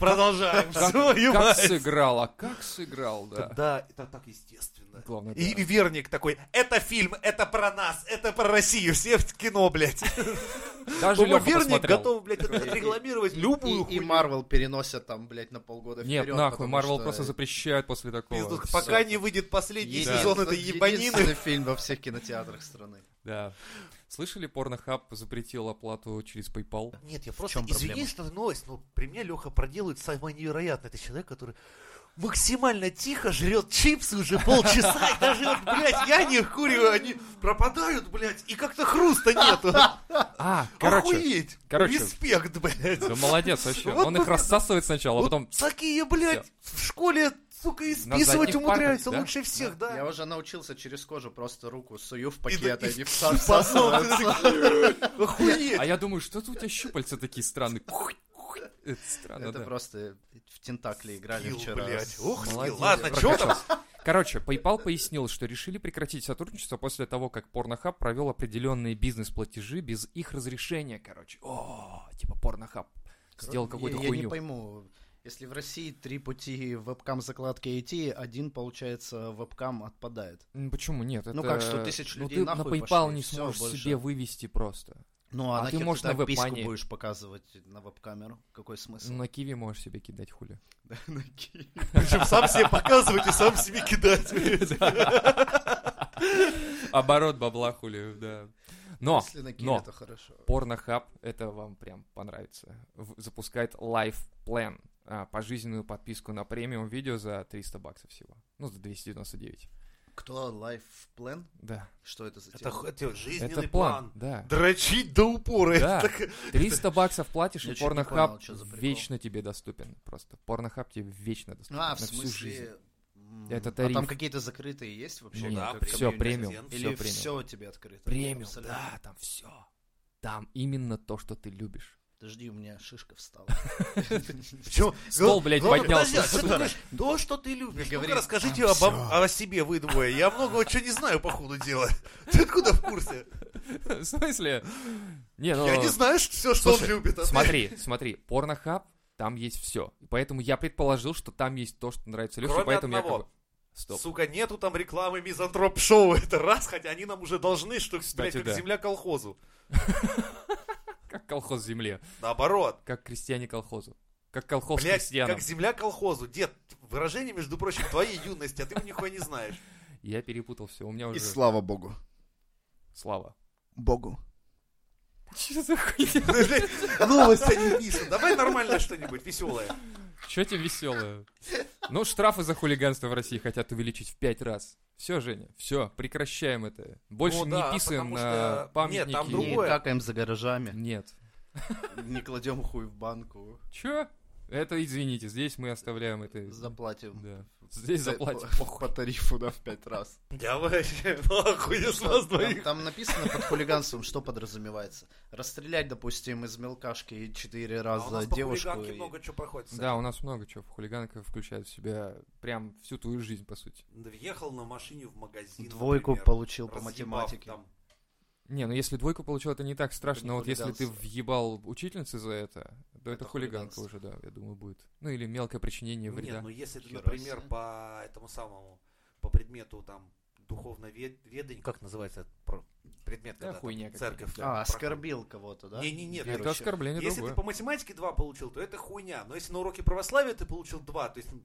Speaker 2: продолжаем. Всё,
Speaker 3: А Как
Speaker 2: ебать.
Speaker 3: сыграл, а как сыграл, да.
Speaker 2: Да, это так естественно.
Speaker 3: Главное,
Speaker 2: И,
Speaker 3: да.
Speaker 2: и Верник такой, это фильм, это про нас, это про Россию, все в кино, блядь.
Speaker 3: Даже
Speaker 2: По-моему,
Speaker 3: Лёха
Speaker 2: Верник
Speaker 3: посмотрел.
Speaker 2: готов, блядь, отрегламировать любую
Speaker 1: И
Speaker 2: хуйню.
Speaker 1: Марвел переносят там, блядь, на полгода
Speaker 3: Нет,
Speaker 1: вперед.
Speaker 3: нахуй,
Speaker 1: потому
Speaker 3: Марвел
Speaker 1: что
Speaker 3: просто запрещает после такого.
Speaker 2: Пиздух,
Speaker 3: Всё.
Speaker 2: э, пока не выйдет последний
Speaker 1: единственный-
Speaker 2: сезон этой ебанины.
Speaker 1: Единственный фильм во всех кинотеатрах страны.
Speaker 3: Да. Слышали, Порнохаб запретил оплату через PayPal?
Speaker 2: Нет, я
Speaker 1: В
Speaker 2: просто
Speaker 1: чем
Speaker 2: извини,
Speaker 1: проблема?
Speaker 2: что новость, но ну, при мне Леха проделает самое невероятное. Это человек, который максимально тихо жрет чипсы уже полчаса, и даже, вот, блядь, я не курю, они пропадают, блядь, и как-то хруста нету.
Speaker 3: А, короче,
Speaker 2: Охуеть.
Speaker 3: короче.
Speaker 2: Респект, блядь.
Speaker 3: да молодец вообще.
Speaker 2: Вот
Speaker 3: Он их
Speaker 2: бы-
Speaker 3: рассасывает сначала, а
Speaker 2: Вот
Speaker 3: потом...
Speaker 2: такие, блядь, в школе, сука, и
Speaker 3: На задних
Speaker 2: списывать
Speaker 3: партах,
Speaker 2: умудряются
Speaker 3: да?
Speaker 2: лучше всех, да.
Speaker 1: Я уже научился через кожу просто руку сую в
Speaker 2: И да-
Speaker 1: пакет, а
Speaker 2: и
Speaker 1: не в
Speaker 2: в
Speaker 1: сосок.
Speaker 2: подсос, ты такой, Охуеть.
Speaker 3: А я думаю, что тут у тебя щупальца такие странные? Это странно,
Speaker 1: Это
Speaker 3: да.
Speaker 1: просто в тентакли играли
Speaker 2: Скилл,
Speaker 1: вчера.
Speaker 2: блядь. Ох, скилл.
Speaker 3: Молодец.
Speaker 2: Ладно, чё там?
Speaker 3: Короче, PayPal пояснил, что решили прекратить сотрудничество после того, как Pornhub провел определенные бизнес-платежи без их разрешения, короче. О, типа Pornhub сделал какую-то
Speaker 1: я, Я не
Speaker 3: хуйню.
Speaker 1: пойму, если в России три пути вебкам закладки идти, один, получается, вебкам отпадает.
Speaker 3: М, Почему нет?
Speaker 1: Ну
Speaker 3: это-
Speaker 1: как, 100 тысяч
Speaker 3: ну
Speaker 1: людей
Speaker 3: ты
Speaker 1: нахуй
Speaker 3: на PayPal
Speaker 1: пошли,
Speaker 3: не
Speaker 1: всё,
Speaker 3: сможешь
Speaker 1: больше.
Speaker 3: себе вывести просто.
Speaker 1: Ну а,
Speaker 3: А
Speaker 1: на
Speaker 3: ты
Speaker 1: кем
Speaker 3: можешь на
Speaker 1: тогда письку
Speaker 3: вебмане. Ну,
Speaker 1: будешь показывать на веб-камеру? Какой смысл?
Speaker 3: На Киви можешь себе кидать хули.
Speaker 1: Да, на ки-
Speaker 2: Причем сам себе показывать и сам себе кидать.
Speaker 3: Оборот бабла хули, да. Но,
Speaker 1: Если на
Speaker 3: но,
Speaker 1: Киеве, то хорошо.
Speaker 3: Порнохаб, это вам прям понравится, в- запускает Life Plan, а, пожизненную подписку на премиум видео за 300 баксов всего. Ну, за 299.
Speaker 1: Кто Life Plan?
Speaker 3: Да.
Speaker 1: Что это за
Speaker 2: Это
Speaker 1: тема?
Speaker 2: х- это
Speaker 3: это
Speaker 2: жизненный
Speaker 3: план.
Speaker 2: план.
Speaker 3: Да.
Speaker 2: Дрочить до упора.
Speaker 3: Да.
Speaker 2: Это так-
Speaker 3: 300 баксов платишь,
Speaker 1: Я
Speaker 3: и
Speaker 1: чё-то не
Speaker 3: Порнохаб
Speaker 1: понял, чё за прикол.
Speaker 3: вечно тебе доступен. Просто Порнохаб тебе вечно доступен.
Speaker 1: А,
Speaker 3: на
Speaker 1: в
Speaker 3: всю жизнь.
Speaker 1: смысле... м,
Speaker 3: Это
Speaker 1: А там
Speaker 3: тариф.
Speaker 1: какие-то закрытые есть вообще?
Speaker 3: Нет,
Speaker 2: да,
Speaker 1: как
Speaker 3: все
Speaker 1: комьюнити?
Speaker 3: премиум.
Speaker 2: Или
Speaker 1: Или
Speaker 3: всё премиум.
Speaker 1: все тебе открыто?
Speaker 3: Премиум,
Speaker 1: Абсолютно.
Speaker 3: да, там все. Там именно то, что ты любишь.
Speaker 1: Подожди, у меня шишка встала.
Speaker 2: Почему?
Speaker 3: Стол, блядь,
Speaker 2: Главное,
Speaker 3: поднялся,
Speaker 2: подожди, а что ты
Speaker 3: сука.
Speaker 2: говоришь? То, что ты любишь.
Speaker 1: Не
Speaker 2: Ну-ка,
Speaker 1: говори.
Speaker 2: расскажите обо м- о себе вы двое. Я многого чего не знаю по ходу дела. Ты откуда в курсе?
Speaker 3: В смысле? Не, ну,
Speaker 2: Я не знаю все, что он
Speaker 3: слушай,
Speaker 2: любит. а ты-
Speaker 3: Смотри, смотри, порнохаб, там есть все. Поэтому я предположил, что там есть то, что нравится Лёше,
Speaker 2: Кроме
Speaker 3: поэтому я
Speaker 2: одного.
Speaker 3: как бы... Стоп.
Speaker 2: Сука, нету там рекламы мизантроп-шоу. Это раз, хотя они нам уже должны, что,
Speaker 3: Кстати,
Speaker 2: блядь, как
Speaker 3: да.
Speaker 2: земля колхозу.
Speaker 3: Как колхоз земле.
Speaker 2: Наоборот.
Speaker 3: Как крестьяне колхозу. Как колхоз
Speaker 2: Блядь,
Speaker 3: крестьянам.
Speaker 2: как земля колхозу. Дед, выражение, между прочим, твоей юности, а ты его нихуя не знаешь.
Speaker 3: Я перепутал все. У меня уже
Speaker 1: слава богу.
Speaker 3: слава.
Speaker 1: Богу.
Speaker 3: Че за хуйня?
Speaker 2: Ну, блядь, Новости не пишут. Давай нормально что-нибудь веселое.
Speaker 3: Че тебе веселое? Ну, штрафы за хулиганство в России хотят увеличить в пять раз. Все, Женя, все, прекращаем это. Больше
Speaker 2: Ну да,
Speaker 3: не писаем
Speaker 2: потому
Speaker 3: на
Speaker 2: что-
Speaker 3: памятники.
Speaker 2: Нет, там
Speaker 1: Не
Speaker 2: Другое.
Speaker 1: какаем за гаражами,
Speaker 3: Нет.
Speaker 1: не кладем хуй в банку,
Speaker 3: Че? Это, извините, здесь мы оставляем это.
Speaker 1: заплатим.
Speaker 3: Да. Здесь
Speaker 1: Э,
Speaker 3: заплатим.
Speaker 1: по- По тарифу, да, в пять раз.
Speaker 2: Я вообще нахуй я с вас
Speaker 1: Там,
Speaker 2: двоих.
Speaker 1: там написано под хулиганством, что подразумевается. Расстрелять, допустим, из мелкашки четыре
Speaker 2: А
Speaker 1: раза девушку. и-
Speaker 2: много чего проходит.
Speaker 3: Да, у нас много чего. Хулиганка включает в себя прям всю твою жизнь, по сути.
Speaker 2: Въехал на машине в магазин.
Speaker 1: Двойку
Speaker 2: например,
Speaker 1: получил по
Speaker 2: разъебав
Speaker 1: математике.
Speaker 2: там.
Speaker 3: Не, ну если двойку получил, это не так страшно,
Speaker 1: не
Speaker 3: но вот если ты
Speaker 1: хулиганство.
Speaker 3: въебал учительнице за это, то это,
Speaker 1: Это
Speaker 3: хулиганка
Speaker 1: хулиганство.
Speaker 3: уже, да, я думаю, будет. Ну или мелкое причинение
Speaker 2: Не,
Speaker 3: вреда.
Speaker 2: ну если ты,
Speaker 1: Хера
Speaker 2: например,
Speaker 1: себе.
Speaker 2: по этому самому, по предмету там духовно ведание, как называется этот про- предмет,
Speaker 3: Да,
Speaker 2: когда там
Speaker 3: хуйня
Speaker 2: церковь.
Speaker 3: какая-то.
Speaker 2: там
Speaker 1: А,
Speaker 2: проходит?
Speaker 1: оскорбил кого-то, да?
Speaker 2: Не-не-не,
Speaker 1: Верующих.
Speaker 3: это оскорбление
Speaker 2: Если
Speaker 3: другое.
Speaker 2: ты по математике 2 получил, то это хуйня. Но если на уроке православия ты получил 2, то есть н-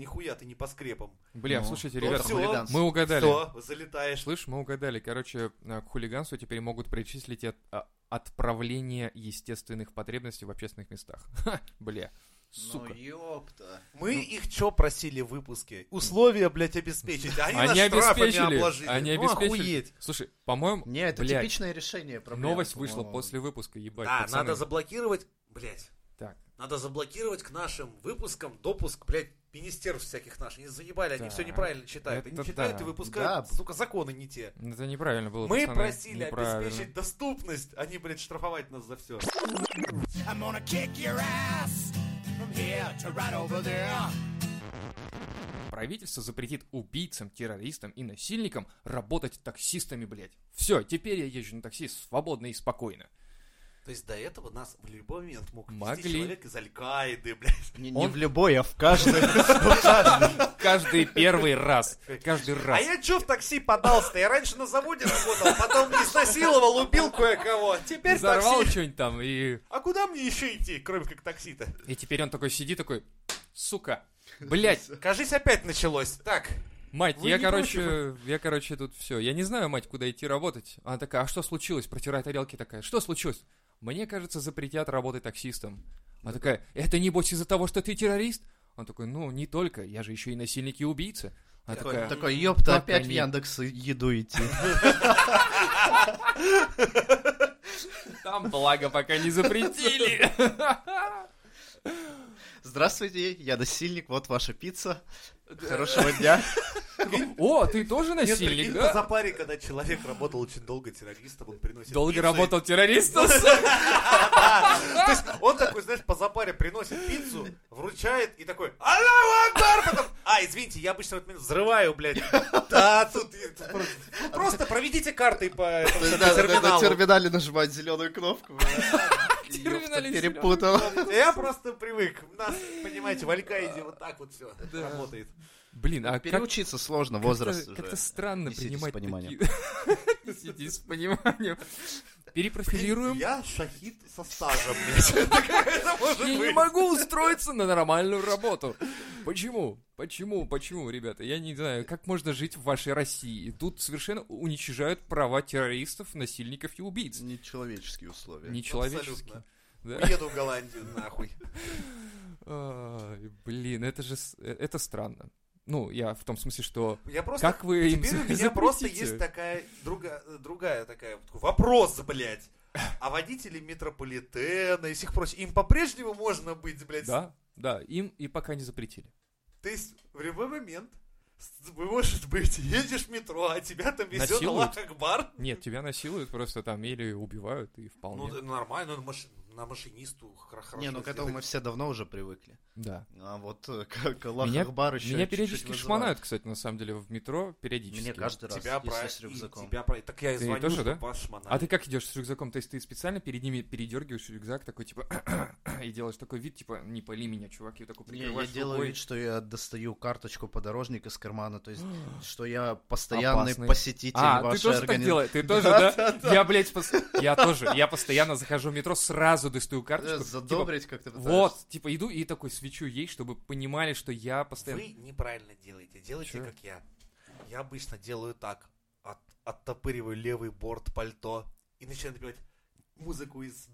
Speaker 2: нихуя ты не по скрепам.
Speaker 3: Бля,
Speaker 1: Ну,
Speaker 3: слушайте,
Speaker 2: ну
Speaker 3: ребята,
Speaker 2: всё,
Speaker 1: хулиганство.
Speaker 3: мы угадали.
Speaker 2: Все, залетаешь.
Speaker 3: Слышь, мы угадали. Короче, э, к хулиганству теперь могут причислить и от- а, отправление естественных потребностей в общественных местах. Ха, бля. Сука.
Speaker 1: Ну, ёпта.
Speaker 2: Мы их что просили в выпуске? Условия, блядь, обеспечить. а Они, нас
Speaker 3: Они
Speaker 2: штрафами
Speaker 3: обеспечили.
Speaker 2: обложили.
Speaker 3: Они
Speaker 2: Ну,
Speaker 3: обеспечили.
Speaker 2: охуеть.
Speaker 3: Слушай, по-моему,
Speaker 1: Не, это
Speaker 3: блядь,
Speaker 1: типичное решение проблемы.
Speaker 3: новость вышла
Speaker 1: по-моему.
Speaker 3: после выпуска, ебать,
Speaker 2: Да,
Speaker 3: пацаны.
Speaker 2: надо заблокировать, блядь.
Speaker 3: Так.
Speaker 2: Надо заблокировать к нашим выпускам допуск, блядь, министерств всяких наших. Они заебали, они
Speaker 3: Так.
Speaker 2: все неправильно читают. Они
Speaker 3: Это
Speaker 2: читают
Speaker 3: да.
Speaker 2: и выпускают,
Speaker 1: Да.
Speaker 2: сука, законы не те.
Speaker 3: Это неправильно было,
Speaker 2: Мы
Speaker 3: пацаны,
Speaker 2: просили
Speaker 3: неправильно.
Speaker 2: обеспечить доступность, а не, блядь, штрафовать нас за все.
Speaker 4: I'm gonna kick your ass from here to right over there.
Speaker 3: Правительство запретит убийцам, террористам и насильникам работать таксистами, блядь. Все, теперь я езжу на такси свободно и спокойно.
Speaker 2: То есть до этого нас в любой момент мог
Speaker 3: Могли.
Speaker 2: вести человек из Аль-Каиды, блядь.
Speaker 1: Не, не
Speaker 3: Он-
Speaker 1: в любой, а в каждой.
Speaker 3: Каждый первый раз. Каждый
Speaker 2: А
Speaker 3: раз.
Speaker 2: я чё в такси подался-то? Я раньше на заводе работал, потом изнасиловал, убил кое-кого. Теперь
Speaker 3: Взорвал
Speaker 2: такси.
Speaker 3: что-нибудь там и...
Speaker 2: А куда мне еще идти, кроме как такси-то?
Speaker 3: И теперь он такой сидит, такой, сука, блядь,
Speaker 2: Кажись, опять началось. Так,
Speaker 3: мать,
Speaker 2: Вы
Speaker 3: я,
Speaker 2: не
Speaker 3: короче, я, короче, тут все. Я не знаю, мать, куда идти работать. Она такая, а что случилось? Протирая тарелки такая, что случилось? Мне кажется, запретят работать таксистом. Она такая, это небось из-за того, что ты террорист? Он такой, ну, не только, я же еще и насильник и убийца. Она
Speaker 2: Такой,
Speaker 3: такая,
Speaker 1: Такой, ёпта,
Speaker 3: Как
Speaker 1: опять в
Speaker 3: они?
Speaker 1: Яндекс еду идти.
Speaker 3: там благо пока не запретили.
Speaker 1: Здравствуйте, я насильник, вот ваша пицца. Хорошего дня.
Speaker 3: О, ты тоже
Speaker 2: Нет,
Speaker 3: насильник,
Speaker 2: прикинь,
Speaker 3: да?
Speaker 2: в запаре, когда человек работал очень долго террористом, он приносит
Speaker 3: Долго
Speaker 2: пиццу,
Speaker 3: работал террористом.
Speaker 2: и- То есть он такой, знаешь, по запаре приносит пиццу, вручает и такой «Аллаху Акбар!» Потом, а, извините, я обычно в этот момент взрываю, блядь. Да, тут... и- тут просто- ну, Просто проведите картой по этому
Speaker 1: Да, да, да, На
Speaker 2: терминалу.
Speaker 1: терминале нажимать зеленую кнопку. Ёпта,
Speaker 3: Терминале
Speaker 1: Перепутал.
Speaker 2: Я просто привык. У нас, понимаете, в Аль-Каиде вот так вот все работает.
Speaker 3: Блин, а как
Speaker 1: Переучиться сложно, возраст
Speaker 3: Как-то,
Speaker 1: уже.
Speaker 3: как-то странно
Speaker 1: Несите с
Speaker 3: принимать
Speaker 1: пониманием.
Speaker 3: такие- Несите с пониманием. Перепрофилируем. Я,
Speaker 2: Я шахид со стажем. блядь. Как это может
Speaker 3: не
Speaker 2: быть?
Speaker 3: могу устроиться на нормальную работу. Почему? Почему? Почему, ребята? Я не знаю, как можно жить в вашей России? И Тут совершенно уничижают права террористов, насильников и убийц.
Speaker 1: Нечеловеческие условия.
Speaker 3: Нечеловеческие.
Speaker 2: Абсолютно.
Speaker 3: Да.
Speaker 2: Уеду в Голландию, нахуй.
Speaker 3: Ай, Блин, это же с- э, это странно. Ну, я в том смысле, что
Speaker 2: Я просто
Speaker 3: как вы им
Speaker 2: Теперь у меня просто
Speaker 3: запретите?
Speaker 2: есть такая друга- другая такая вот вопрос, блядь. А водители метрополитена и всех прочих, им по-прежнему можно быть, блядь.
Speaker 3: Да, да, им и пока не запретили.
Speaker 2: То есть в любой момент с- может быть, едешь в метро, а тебя там везет
Speaker 3: Насилуют.
Speaker 2: Аллах Акбар.
Speaker 3: Нет, тебя насилуют просто там или убивают, и вполне.
Speaker 2: Ну, да, нормально, ну, маш- на машинисту хра- хорошо.
Speaker 1: Не, ну к этому мы
Speaker 2: сделать.
Speaker 1: все давно уже привыкли.
Speaker 3: Да.
Speaker 1: А вот э, как Аллах
Speaker 3: меня,
Speaker 1: Акбар еще
Speaker 3: меня
Speaker 1: чуть-чуть
Speaker 3: периодически
Speaker 1: вызывает.
Speaker 3: шмонают, кстати, на самом деле, в метро периодически.
Speaker 1: Мне каждый раз,
Speaker 2: Тебя
Speaker 1: если
Speaker 2: про...
Speaker 1: с
Speaker 2: и
Speaker 1: рюкзаком.
Speaker 2: тебя про... Так я и
Speaker 3: Ты
Speaker 2: звоню,
Speaker 3: тоже, да?
Speaker 2: чтоб вас шмонали.
Speaker 3: А ты как идешь с рюкзаком? То есть ты специально перед ними передергиваешь рюкзак, такой типа и делаешь такой вид, типа, не пали меня, чувак, и такой
Speaker 1: Не, я
Speaker 3: прикрываешь
Speaker 1: делаю
Speaker 3: рукой.
Speaker 1: вид, что я достаю карточку подорожник из кармана, то есть, что я постоянный
Speaker 3: Опасный.
Speaker 1: посетитель
Speaker 3: А,
Speaker 1: вашей
Speaker 3: ты тоже так
Speaker 1: органи-
Speaker 3: делаешь? Ты тоже,
Speaker 1: Да,
Speaker 3: да? Я, блядь, пос- я тоже. Я постоянно захожу в метро, сразу достаю
Speaker 1: Э,
Speaker 3: карточку. типа,
Speaker 1: Задобрить как-то пытаешься.
Speaker 3: Вот, типа, иду и такой свечу ей, чтобы понимали, что я постоянно...
Speaker 2: Вы неправильно делаете. Делайте,
Speaker 3: Чё?
Speaker 2: как я. Я обычно делаю так. От, оттопыриваю левый борт пальто и начинаю напевать музыку из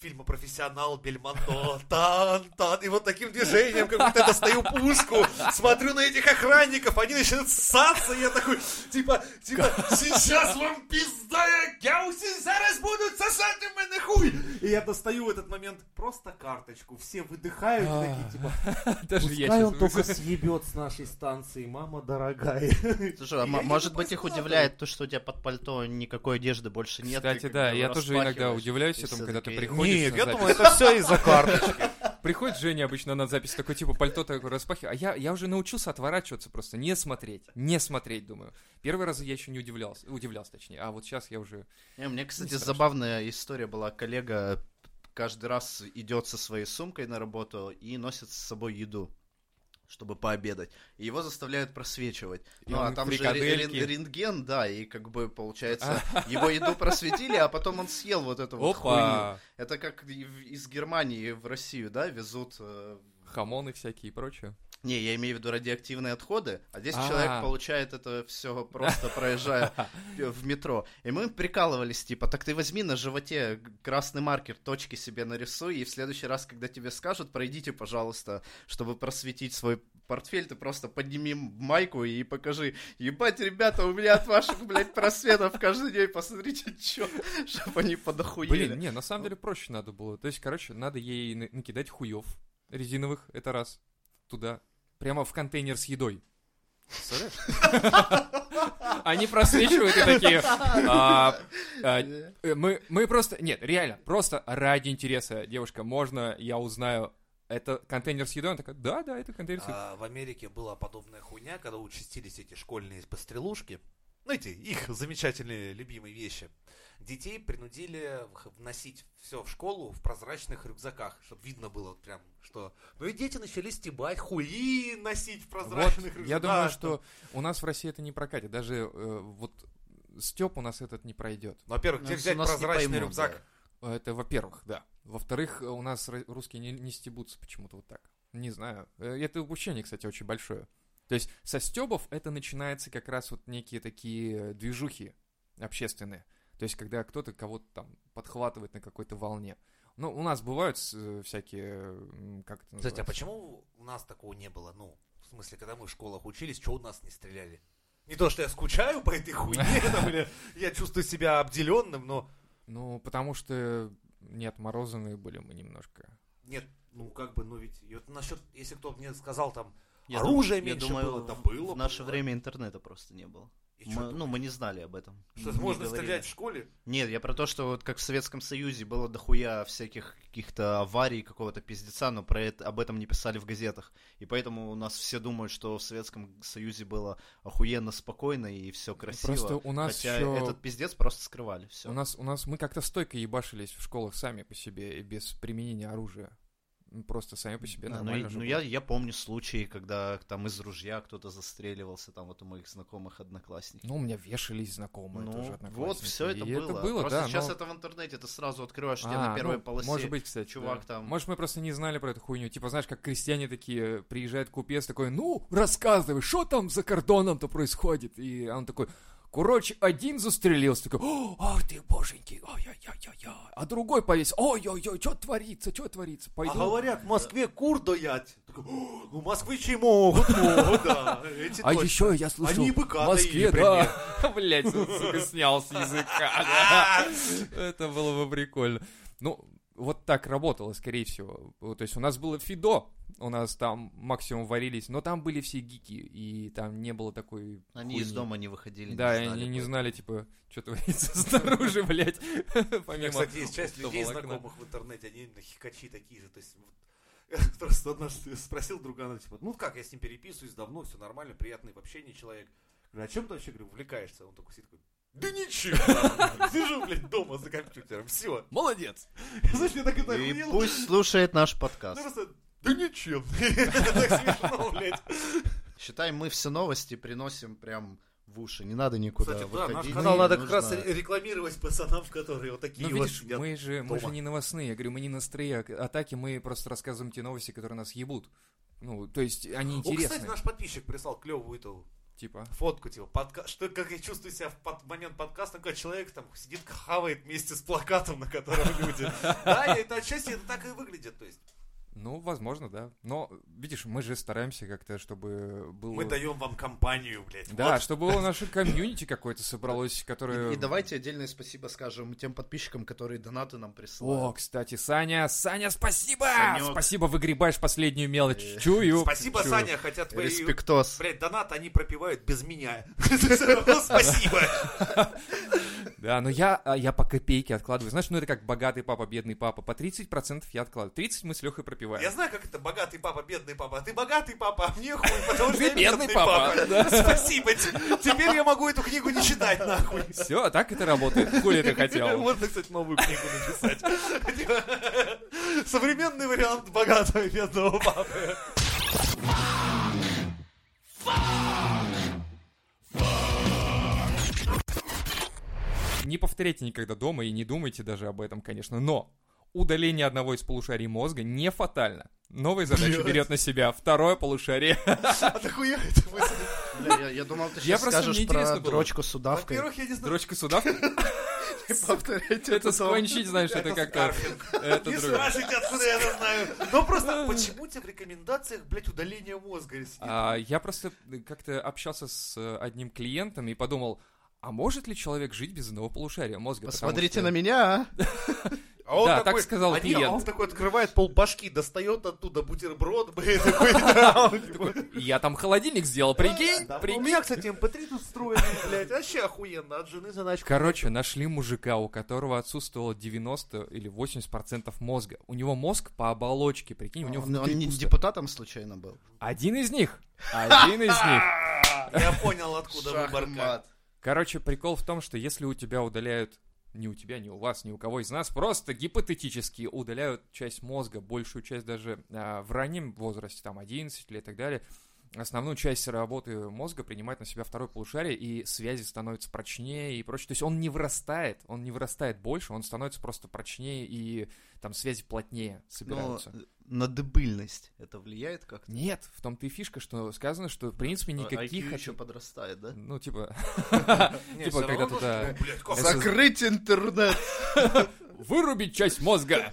Speaker 2: фильма «Профессионал» Бельмондо. Тан, тан. И вот таким движением, как будто я достаю пушку, смотрю на этих охранников, они начинают ссаться, и я такой, типа, типа, сейчас вам пизда, я у себя зараз будут сосать у меня хуй. И я достаю в этот момент просто карточку, все выдыхают,
Speaker 3: А.
Speaker 2: и такие, типа,
Speaker 3: Даже я
Speaker 2: Пускай он только
Speaker 3: сейчас...
Speaker 2: съебет с нашей станции, мама дорогая.
Speaker 1: Слушай, а
Speaker 2: Я
Speaker 1: м- может
Speaker 2: еду
Speaker 1: быть
Speaker 2: по
Speaker 1: их
Speaker 2: складу.
Speaker 1: удивляет то, что у тебя под пальто никакой одежды больше нет.
Speaker 3: Кстати,
Speaker 1: ты как
Speaker 3: да,
Speaker 1: бы
Speaker 3: я тоже иногда
Speaker 1: распахиваешь,
Speaker 3: удивляюсь
Speaker 1: и
Speaker 3: этому,
Speaker 1: все
Speaker 3: когда ты
Speaker 1: такие,
Speaker 3: приходишь.
Speaker 2: Не,
Speaker 3: на
Speaker 2: я думал,
Speaker 3: запись.
Speaker 2: это все из-за карточки.
Speaker 3: Приходит Женя обычно на запись, такой типа пальто такое распахивает. А я, я уже научился отворачиваться просто, не смотреть, не смотреть, думаю. Первый раз я еще не удивлялся, удивлялся точнее, а вот сейчас я уже...
Speaker 1: Не, у меня, кстати,
Speaker 3: страшно.
Speaker 1: забавная история была. Коллега каждый раз идет со своей сумкой на работу и носит с собой еду чтобы пообедать. И его заставляют просвечивать.
Speaker 3: И
Speaker 1: ну, а
Speaker 3: он
Speaker 1: там же
Speaker 3: фрикадельки. А.
Speaker 1: рен- рентген, да, и как бы, получается, его еду просветили, а потом он съел вот эту вот хуйню.
Speaker 3: Опа!
Speaker 1: Это как и в- из Германии в Россию, да, везут э,
Speaker 3: Хамоны всякие и прочее.
Speaker 1: Не, я имею в виду радиоактивные отходы, а здесь
Speaker 3: А.
Speaker 1: человек получает это все просто проезжая в метро. И мы прикалывались, типа, так ты возьми на животе красный маркер, точки себе нарисуй, и в следующий раз, когда тебе скажут, пройдите, пожалуйста, чтобы просветить свой портфель, ты просто подними майку и покажи, ебать, ребята, у меня от ваших, блядь, просветов каждый день, посмотрите, что, чтобы они подохуели.
Speaker 3: Блин, не, на самом деле проще надо было. То есть, короче, надо ей на- накидать хуев резиновых, это раз, туда, прямо в контейнер с едой. Представляешь? Они просвечивают и такие... «А, а, э, Мы мы просто... Нет, реально, просто ради интереса, девушка, можно я узнаю, это контейнер с едой? Она такая, да, да, это контейнер с едой.
Speaker 2: А в Америке была подобная хуйня, когда участились эти школьные пострелушки. Ну, эти их замечательные любимые вещи. Детей принудили вх- вносить все в школу в прозрачных рюкзаках, чтобы видно было вот прям, что... Ну и дети начали стебать, хуи носить в
Speaker 3: Вот,
Speaker 2: прозрачных рюкзаках.
Speaker 3: я думаю,
Speaker 2: Да,
Speaker 3: что у нас в России это не прокатит. Даже э, вот Степ у нас этот не пройдет.
Speaker 2: Ну, Во-первых, где
Speaker 1: Ну,
Speaker 2: взять
Speaker 1: нас не
Speaker 2: прозрачный
Speaker 1: поймут,
Speaker 2: рюкзак?
Speaker 1: да.
Speaker 3: А, Это во-первых, да. Во-вторых, э, у нас ра- русские не, не стебутся почему-то вот так. Не знаю. Э, Это упущение, кстати, очень большое. То есть со стебов это начинается как раз вот некие такие э, движухи общественные. То есть когда кто-то кого-то там подхватывает на какой-то волне. Ну, у нас бывают с- э, всякие, м, как это
Speaker 2: Кстати, а
Speaker 3: называется?
Speaker 2: почему у нас такого не было? Ну, в смысле, когда мы в школах учились, чего у нас не стреляли? Не то, что я скучаю по этой хуйне, там, или я чувствую себя обделенным, но
Speaker 3: Ну, потому что не отморозанные были мы немножко.
Speaker 2: Нет, ну как бы, ну ведь и вот насчет, если кто мне сказал там
Speaker 1: Я
Speaker 2: оружие
Speaker 1: дум- я
Speaker 2: а меньше
Speaker 1: думаю,
Speaker 2: было, да
Speaker 1: в-
Speaker 2: было.
Speaker 1: В наше
Speaker 2: было.
Speaker 1: время интернета просто не было.
Speaker 2: И
Speaker 1: Мы-
Speaker 2: чё ты-
Speaker 1: ну, мы не знали об этом.
Speaker 2: что,
Speaker 1: Не
Speaker 2: можно
Speaker 1: говорили.
Speaker 2: стрелять в школе?
Speaker 1: Нет, я про то, что вот как в Советском Союзе было дохуя всяких каких-то аварий, какого-то пиздеца, но про это, об этом не писали в газетах. И поэтому у нас все думают, что в Советском Союзе было охуенно спокойно и все красиво.
Speaker 3: Ну, Просто у нас
Speaker 1: Хотя
Speaker 3: ещё-
Speaker 1: этот пиздец просто скрывали. Все.
Speaker 3: У нас, у нас мы как-то стойко ебашились в школах сами по себе и без применения оружия. М, Просто сами по себе
Speaker 1: Да, ну,
Speaker 3: нормально
Speaker 1: и-
Speaker 3: же
Speaker 1: ну
Speaker 3: было.
Speaker 1: я, я помню случаи, когда там из ружья кто-то застреливался, там вот у моих знакомых одноклассников.
Speaker 3: Ну, у меня вешались знакомые
Speaker 1: Ну,
Speaker 3: тоже
Speaker 1: вот,
Speaker 3: одноклассники.
Speaker 1: все это
Speaker 3: И
Speaker 1: было.
Speaker 3: это было,
Speaker 1: Просто
Speaker 3: да,
Speaker 1: сейчас
Speaker 3: но-
Speaker 1: это в интернете, ты сразу открываешь, у тебя
Speaker 3: А,
Speaker 1: на первой
Speaker 3: ну,
Speaker 1: полосе.
Speaker 3: Может быть, кстати.
Speaker 1: чувак
Speaker 3: да.
Speaker 1: там-
Speaker 3: Может, мы просто не знали про эту хуйню. Типа, знаешь, как крестьяне такие, приезжает купец такой, ну, рассказывай, что там за кордоном-то происходит? И он такой, короче, один застрелился, такой, «О, ах ты, боженьки, ой-ой-ой-ой-ой. А другой повесил, ой-ой-ой, что творится, что творится, пойду.
Speaker 2: А говорят, в Москве кур доять. Такой, «О, Ну, москвичи могут, могут, да. Эти
Speaker 3: А
Speaker 2: точно.
Speaker 3: еще я слышал,
Speaker 2: Они и быка
Speaker 3: в Москве,
Speaker 2: доили,
Speaker 3: да. Блять, он, сука, снял с языка. да. Это было бы прикольно. Ну, вот так работало, скорее всего. Вот, То есть у нас было фидо, у нас там максимум варились, но там были все гики, и там не было такой
Speaker 1: Они
Speaker 3: хуйни.
Speaker 1: из дома не выходили.
Speaker 3: Да,
Speaker 1: не знали
Speaker 3: они не
Speaker 1: бы.
Speaker 3: знали, типа, что творится снаружи, блядь,
Speaker 2: У меня,
Speaker 3: помимо
Speaker 2: кстати, есть часть людей
Speaker 3: оптоволокна.
Speaker 2: знакомых в интернете, они на хикачи такие же. То есть, вот, я просто однажды спросил друга, она типа, ну как, я с ним переписываюсь давно, все нормально, приятный в общении человек. Говорю, о чем ты вообще, говорю, увлекаешься? Он такой сидит, такой, да ничего, сижу, блядь, дома за компьютером, все.
Speaker 3: Молодец!
Speaker 2: Знаешь, я так это
Speaker 1: И
Speaker 2: охуел.
Speaker 1: пусть слушает наш подкаст.
Speaker 2: Просто, да ничем. Это так смешно, блядь.
Speaker 1: Считай, мы все новости приносим прям в уши. Не надо никуда
Speaker 2: Кстати, да,
Speaker 1: выходить.
Speaker 2: наш
Speaker 1: Мы-
Speaker 2: канал надо как
Speaker 1: нужно-
Speaker 2: раз рекламировать пацанам, которые вот такие
Speaker 3: Ну,
Speaker 2: вот
Speaker 3: видишь,
Speaker 2: сидят.
Speaker 3: мы же, мы же
Speaker 2: дома.
Speaker 3: не новостные, я говорю, мы не настрые атаки, мы просто рассказываем те новости, которые нас ебут. Ну, то есть они
Speaker 2: О,
Speaker 3: интересны.
Speaker 2: кстати, наш подписчик прислал клевую эту
Speaker 3: Типа.
Speaker 2: фотку, типа, подка... что, как я чувствую себя в под- момент подкаста, когда человек там сидит, хавает вместе с плакатом, на котором люди. Да, и это отчасти это так и выглядит, то есть
Speaker 3: Ну, возможно, да. Но, видишь, мы же стараемся как-то, чтобы было...
Speaker 2: мы даем вам компанию, блядь.
Speaker 3: Да,
Speaker 2: Вот.
Speaker 3: чтобы было наше комьюнити какое-то собралось, которое...
Speaker 1: И, и давайте отдельное спасибо скажем тем подписчикам, которые донаты нам
Speaker 3: О,
Speaker 1: присылают.
Speaker 3: кстати, Саня, Саня, спасибо!
Speaker 1: Санек.
Speaker 3: Спасибо, выгребаешь последнюю мелочь.
Speaker 1: Э,
Speaker 3: Чую.
Speaker 2: Спасибо,
Speaker 3: чую.
Speaker 2: Саня, хотя твои,
Speaker 1: Респектос.
Speaker 2: блядь, донаты они пропивают без меня. Всё равно Спасибо.
Speaker 3: Да, но я, а, я по копейке откладываю. Знаешь, ну это как богатый папа, бедный папа. По 30% я откладываю. 30 мы с Лехой пропиваем.
Speaker 2: Я знаю, как это богатый папа, бедный папа. А Ты богатый папа, а мне хуй, потому что
Speaker 3: Ты
Speaker 2: я
Speaker 3: бедный папа,
Speaker 2: Спасибо. те- Теперь я могу эту книгу не читать, нахуй.
Speaker 3: Все, а так это работает. Хули ты хотел.
Speaker 2: Можно, кстати, новую книгу написать. Современный вариант богатого и бедного папы.
Speaker 3: Не повторяйте никогда дома и не думайте даже об этом, конечно, но Удаление одного из полушарий мозга не фатально. Новые задачи берет на себя второе полушарие.
Speaker 2: А дохуя это мысли?
Speaker 1: Бля, я, я думал, ты
Speaker 3: Я
Speaker 1: сейчас
Speaker 3: просто мне
Speaker 1: скажешь
Speaker 3: интересно
Speaker 1: про
Speaker 3: было.
Speaker 1: дрочку с удавкой.
Speaker 2: Во-первых, я не знаю,
Speaker 3: Дрочка сюда.
Speaker 1: Повторяйте
Speaker 3: Это скончить, знаешь, это
Speaker 2: Это
Speaker 3: как-то... Это
Speaker 2: Не
Speaker 3: другое.
Speaker 2: спрашивайте, откуда я это знаю. Но просто почему тебе в рекомендациях, блядь, удаление мозга сидит?
Speaker 3: А, Я просто как-то общался с э, одним клиентом и подумал, а может ли человек жить без одного полушария мозга? Потому
Speaker 1: Посмотрите
Speaker 3: что-
Speaker 1: на меня, а.
Speaker 2: А он
Speaker 3: Да,
Speaker 2: такой,
Speaker 3: так сказал
Speaker 2: они-
Speaker 3: клиент.
Speaker 2: а он такой открывает пол башки, достает оттуда бутерброд, блядь, такой, да, он такой,
Speaker 3: Я там холодильник сделал, прикинь,
Speaker 2: да. ну, У
Speaker 3: прикинь.
Speaker 2: меня, кстати, MP3 тут встроенный, блядь, вообще охуенно, от жены заначка.
Speaker 3: Короче, нашли мужика, у которого отсутствовало 90 или 80% мозга. У него мозг по оболочке, прикинь, у него
Speaker 1: А, Он, он
Speaker 3: внутри
Speaker 1: не
Speaker 3: пусто.
Speaker 1: депутатом случайно был.
Speaker 3: Один из них. Один из них.
Speaker 2: А, Я понял, откуда выборка.
Speaker 1: Шахмат.
Speaker 3: Короче, прикол в том, что если у тебя удаляют не у тебя, не у вас, ни у кого из нас, просто гипотетически удаляют часть мозга, большую часть даже а, в раннем возрасте, там 11 лет и так далее, основную часть работы мозга принимает на себя второй полушарие, и связи становятся прочнее и прочее. То есть он не вырастает, он не вырастает больше, он становится просто прочнее, и там связи плотнее
Speaker 1: Ну,
Speaker 3: собираются.
Speaker 1: на дебильность это влияет как-то?
Speaker 3: Нет, в том-то и фишка, что сказано, что в
Speaker 1: А,
Speaker 3: принципе никаких...
Speaker 1: IQ еще подрастает, да?
Speaker 3: Ну, типа,
Speaker 2: Не,
Speaker 3: Типа,
Speaker 2: всё
Speaker 3: когда
Speaker 2: равно,
Speaker 3: туда-
Speaker 2: ну, блядь, как?
Speaker 3: Это-
Speaker 1: Закрыть интернет!
Speaker 3: вырубить часть мозга.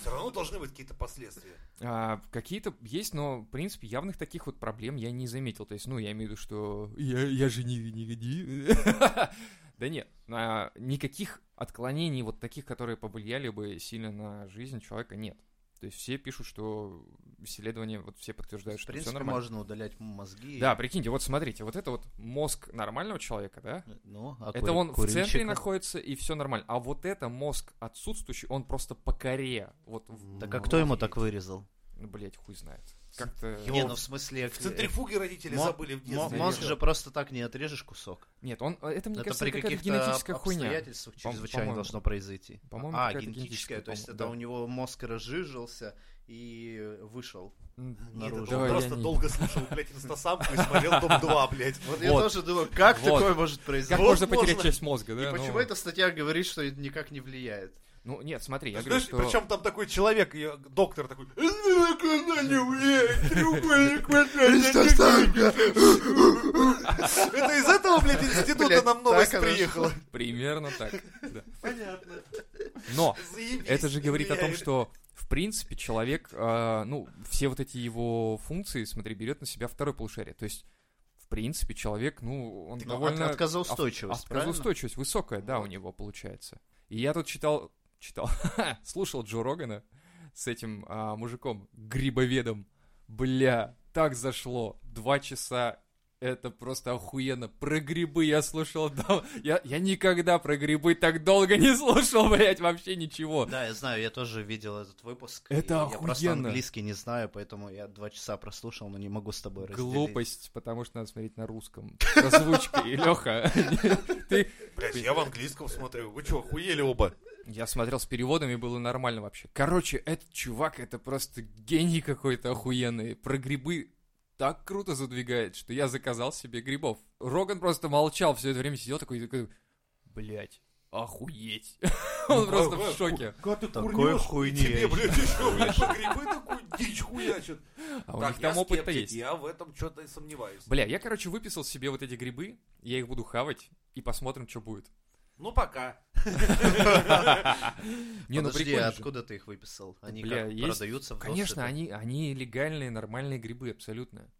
Speaker 2: Все равно должны быть какие-то последствия.
Speaker 3: А, какие-то есть, но, в принципе, явных таких вот проблем я не заметил. То есть, ну, я имею в виду, что я, я же не... не- не- Да нет, а, никаких отклонений вот таких, которые повлияли бы сильно на жизнь человека, нет. То есть все пишут, что исследования, вот все подтверждают,
Speaker 1: В
Speaker 3: что все
Speaker 1: принципе,
Speaker 3: нормально.
Speaker 1: можно удалять мозги.
Speaker 3: Да, прикиньте, вот смотрите, вот это вот мозг нормального человека, да?
Speaker 1: Ну, а
Speaker 3: это
Speaker 1: кури-
Speaker 3: он в центре
Speaker 1: курильщика?
Speaker 3: находится, и все нормально. А вот это мозг отсутствующий, он просто по коре. Вот, в-
Speaker 1: Так а кто ему так вырезал?
Speaker 3: ну, блядь, хуй знает. Как-то...
Speaker 1: Не, ну в смысле...
Speaker 2: В центрифуге родители
Speaker 1: Мо-
Speaker 2: забыли в
Speaker 1: мо-
Speaker 2: детстве.
Speaker 1: Мозг же просто так не отрежешь кусок.
Speaker 3: Нет, он, э, это, мне
Speaker 1: это
Speaker 3: кажется,
Speaker 1: при
Speaker 3: какая-то
Speaker 1: каких-то
Speaker 3: генетическая хуйня.
Speaker 1: обстоятельствах
Speaker 3: По-
Speaker 1: чрезвычайно
Speaker 3: по-моему.
Speaker 1: должно произойти.
Speaker 3: По-моему,
Speaker 1: а,
Speaker 3: какая-то
Speaker 1: генетическая,
Speaker 3: генетическая,
Speaker 1: то есть
Speaker 3: по-моему,
Speaker 1: это
Speaker 3: да.
Speaker 1: у него мозг разжижился и вышел.
Speaker 3: М,
Speaker 2: Нет, это
Speaker 1: Наружу.
Speaker 2: он
Speaker 3: Да,
Speaker 2: просто
Speaker 3: я не-
Speaker 2: долго слушал, блядь, инстасамку и смотрел Дом-2, блядь.
Speaker 1: Вот,
Speaker 3: я
Speaker 1: я
Speaker 3: Вот.
Speaker 1: тоже думал, как
Speaker 3: Вот. такое
Speaker 1: такое может
Speaker 3: Как
Speaker 1: произойти?
Speaker 2: Вот
Speaker 3: можно потерять
Speaker 2: можно.
Speaker 3: часть мозга, да?
Speaker 1: Почему
Speaker 3: ну,
Speaker 1: эта статья говорит, что это никак не влияет?
Speaker 3: Ну, нет, смотри, я говорю,
Speaker 2: Знаешь,
Speaker 3: что...
Speaker 2: причем там такой человек, и доктор такой, «Э, ну, это из этого, блядь, института
Speaker 1: Блядь,
Speaker 2: нам новость
Speaker 1: так оно
Speaker 2: приехала.
Speaker 3: Примерно так, да.
Speaker 2: Понятно.
Speaker 3: Но
Speaker 2: Заебись,
Speaker 3: это же говорит о том,
Speaker 2: блядь.
Speaker 3: что, в принципе, человек, э, ну, все вот эти его функции, смотри, берет на себя второй полушарие. То есть, в принципе, человек, ну, он довольно...
Speaker 1: От- Отказоустойчивость, правильно?
Speaker 3: Отказоустойчивость высокая, да, у
Speaker 1: Вот.
Speaker 3: него получается. И я тут читал, читал, слушал Джо Рогана с этим а, мужиком, грибоведом. Бля, так зашло. Два часа это просто охуенно. Про грибы я слушал. дав- Я, я никогда про грибы так долго не слушал, блядь, вообще ничего.
Speaker 1: Да, я знаю, я тоже видел этот выпуск.
Speaker 3: Это
Speaker 1: и Я
Speaker 3: охуенно.
Speaker 1: просто английский не знаю, поэтому я два часа прослушал, но не могу с тобой разделить.
Speaker 3: Глупость, потому что надо смотреть на русском. С озвучкой, Леха. Ты...
Speaker 2: Блядь, я в английском смотрю, вы что, охуели оба?
Speaker 3: Я смотрел с переводами, было нормально вообще. Короче, этот чувак, это просто гений какой-то охуенный. Про грибы так круто задвигает, что я заказал себе грибов. Роган просто молчал, все это время сидел такой, такой блядь, охуеть. Он просто в шоке.
Speaker 2: Как ты
Speaker 1: Такой
Speaker 2: курнешь,
Speaker 1: хуйни
Speaker 2: Тебе,
Speaker 1: я
Speaker 2: блядь, еще, блядь, по грибы такую дичь хуячат.
Speaker 3: А у
Speaker 2: Так,
Speaker 3: них
Speaker 2: я
Speaker 3: там опыт-то
Speaker 2: скептик,
Speaker 3: есть.
Speaker 2: Я в этом что-то сомневаюсь.
Speaker 3: Бля, я, короче, выписал себе вот эти грибы, я их буду хавать, и посмотрим, что будет.
Speaker 2: Ну, пока.
Speaker 3: Не, ну
Speaker 1: Подожди,
Speaker 3: прикольно
Speaker 1: а
Speaker 3: же.
Speaker 1: откуда ты их выписал? Они
Speaker 3: Бля,
Speaker 1: как,
Speaker 3: есть-
Speaker 1: продаются в доступе?
Speaker 3: Конечно, они, они легальные, нормальные грибы, абсолютно.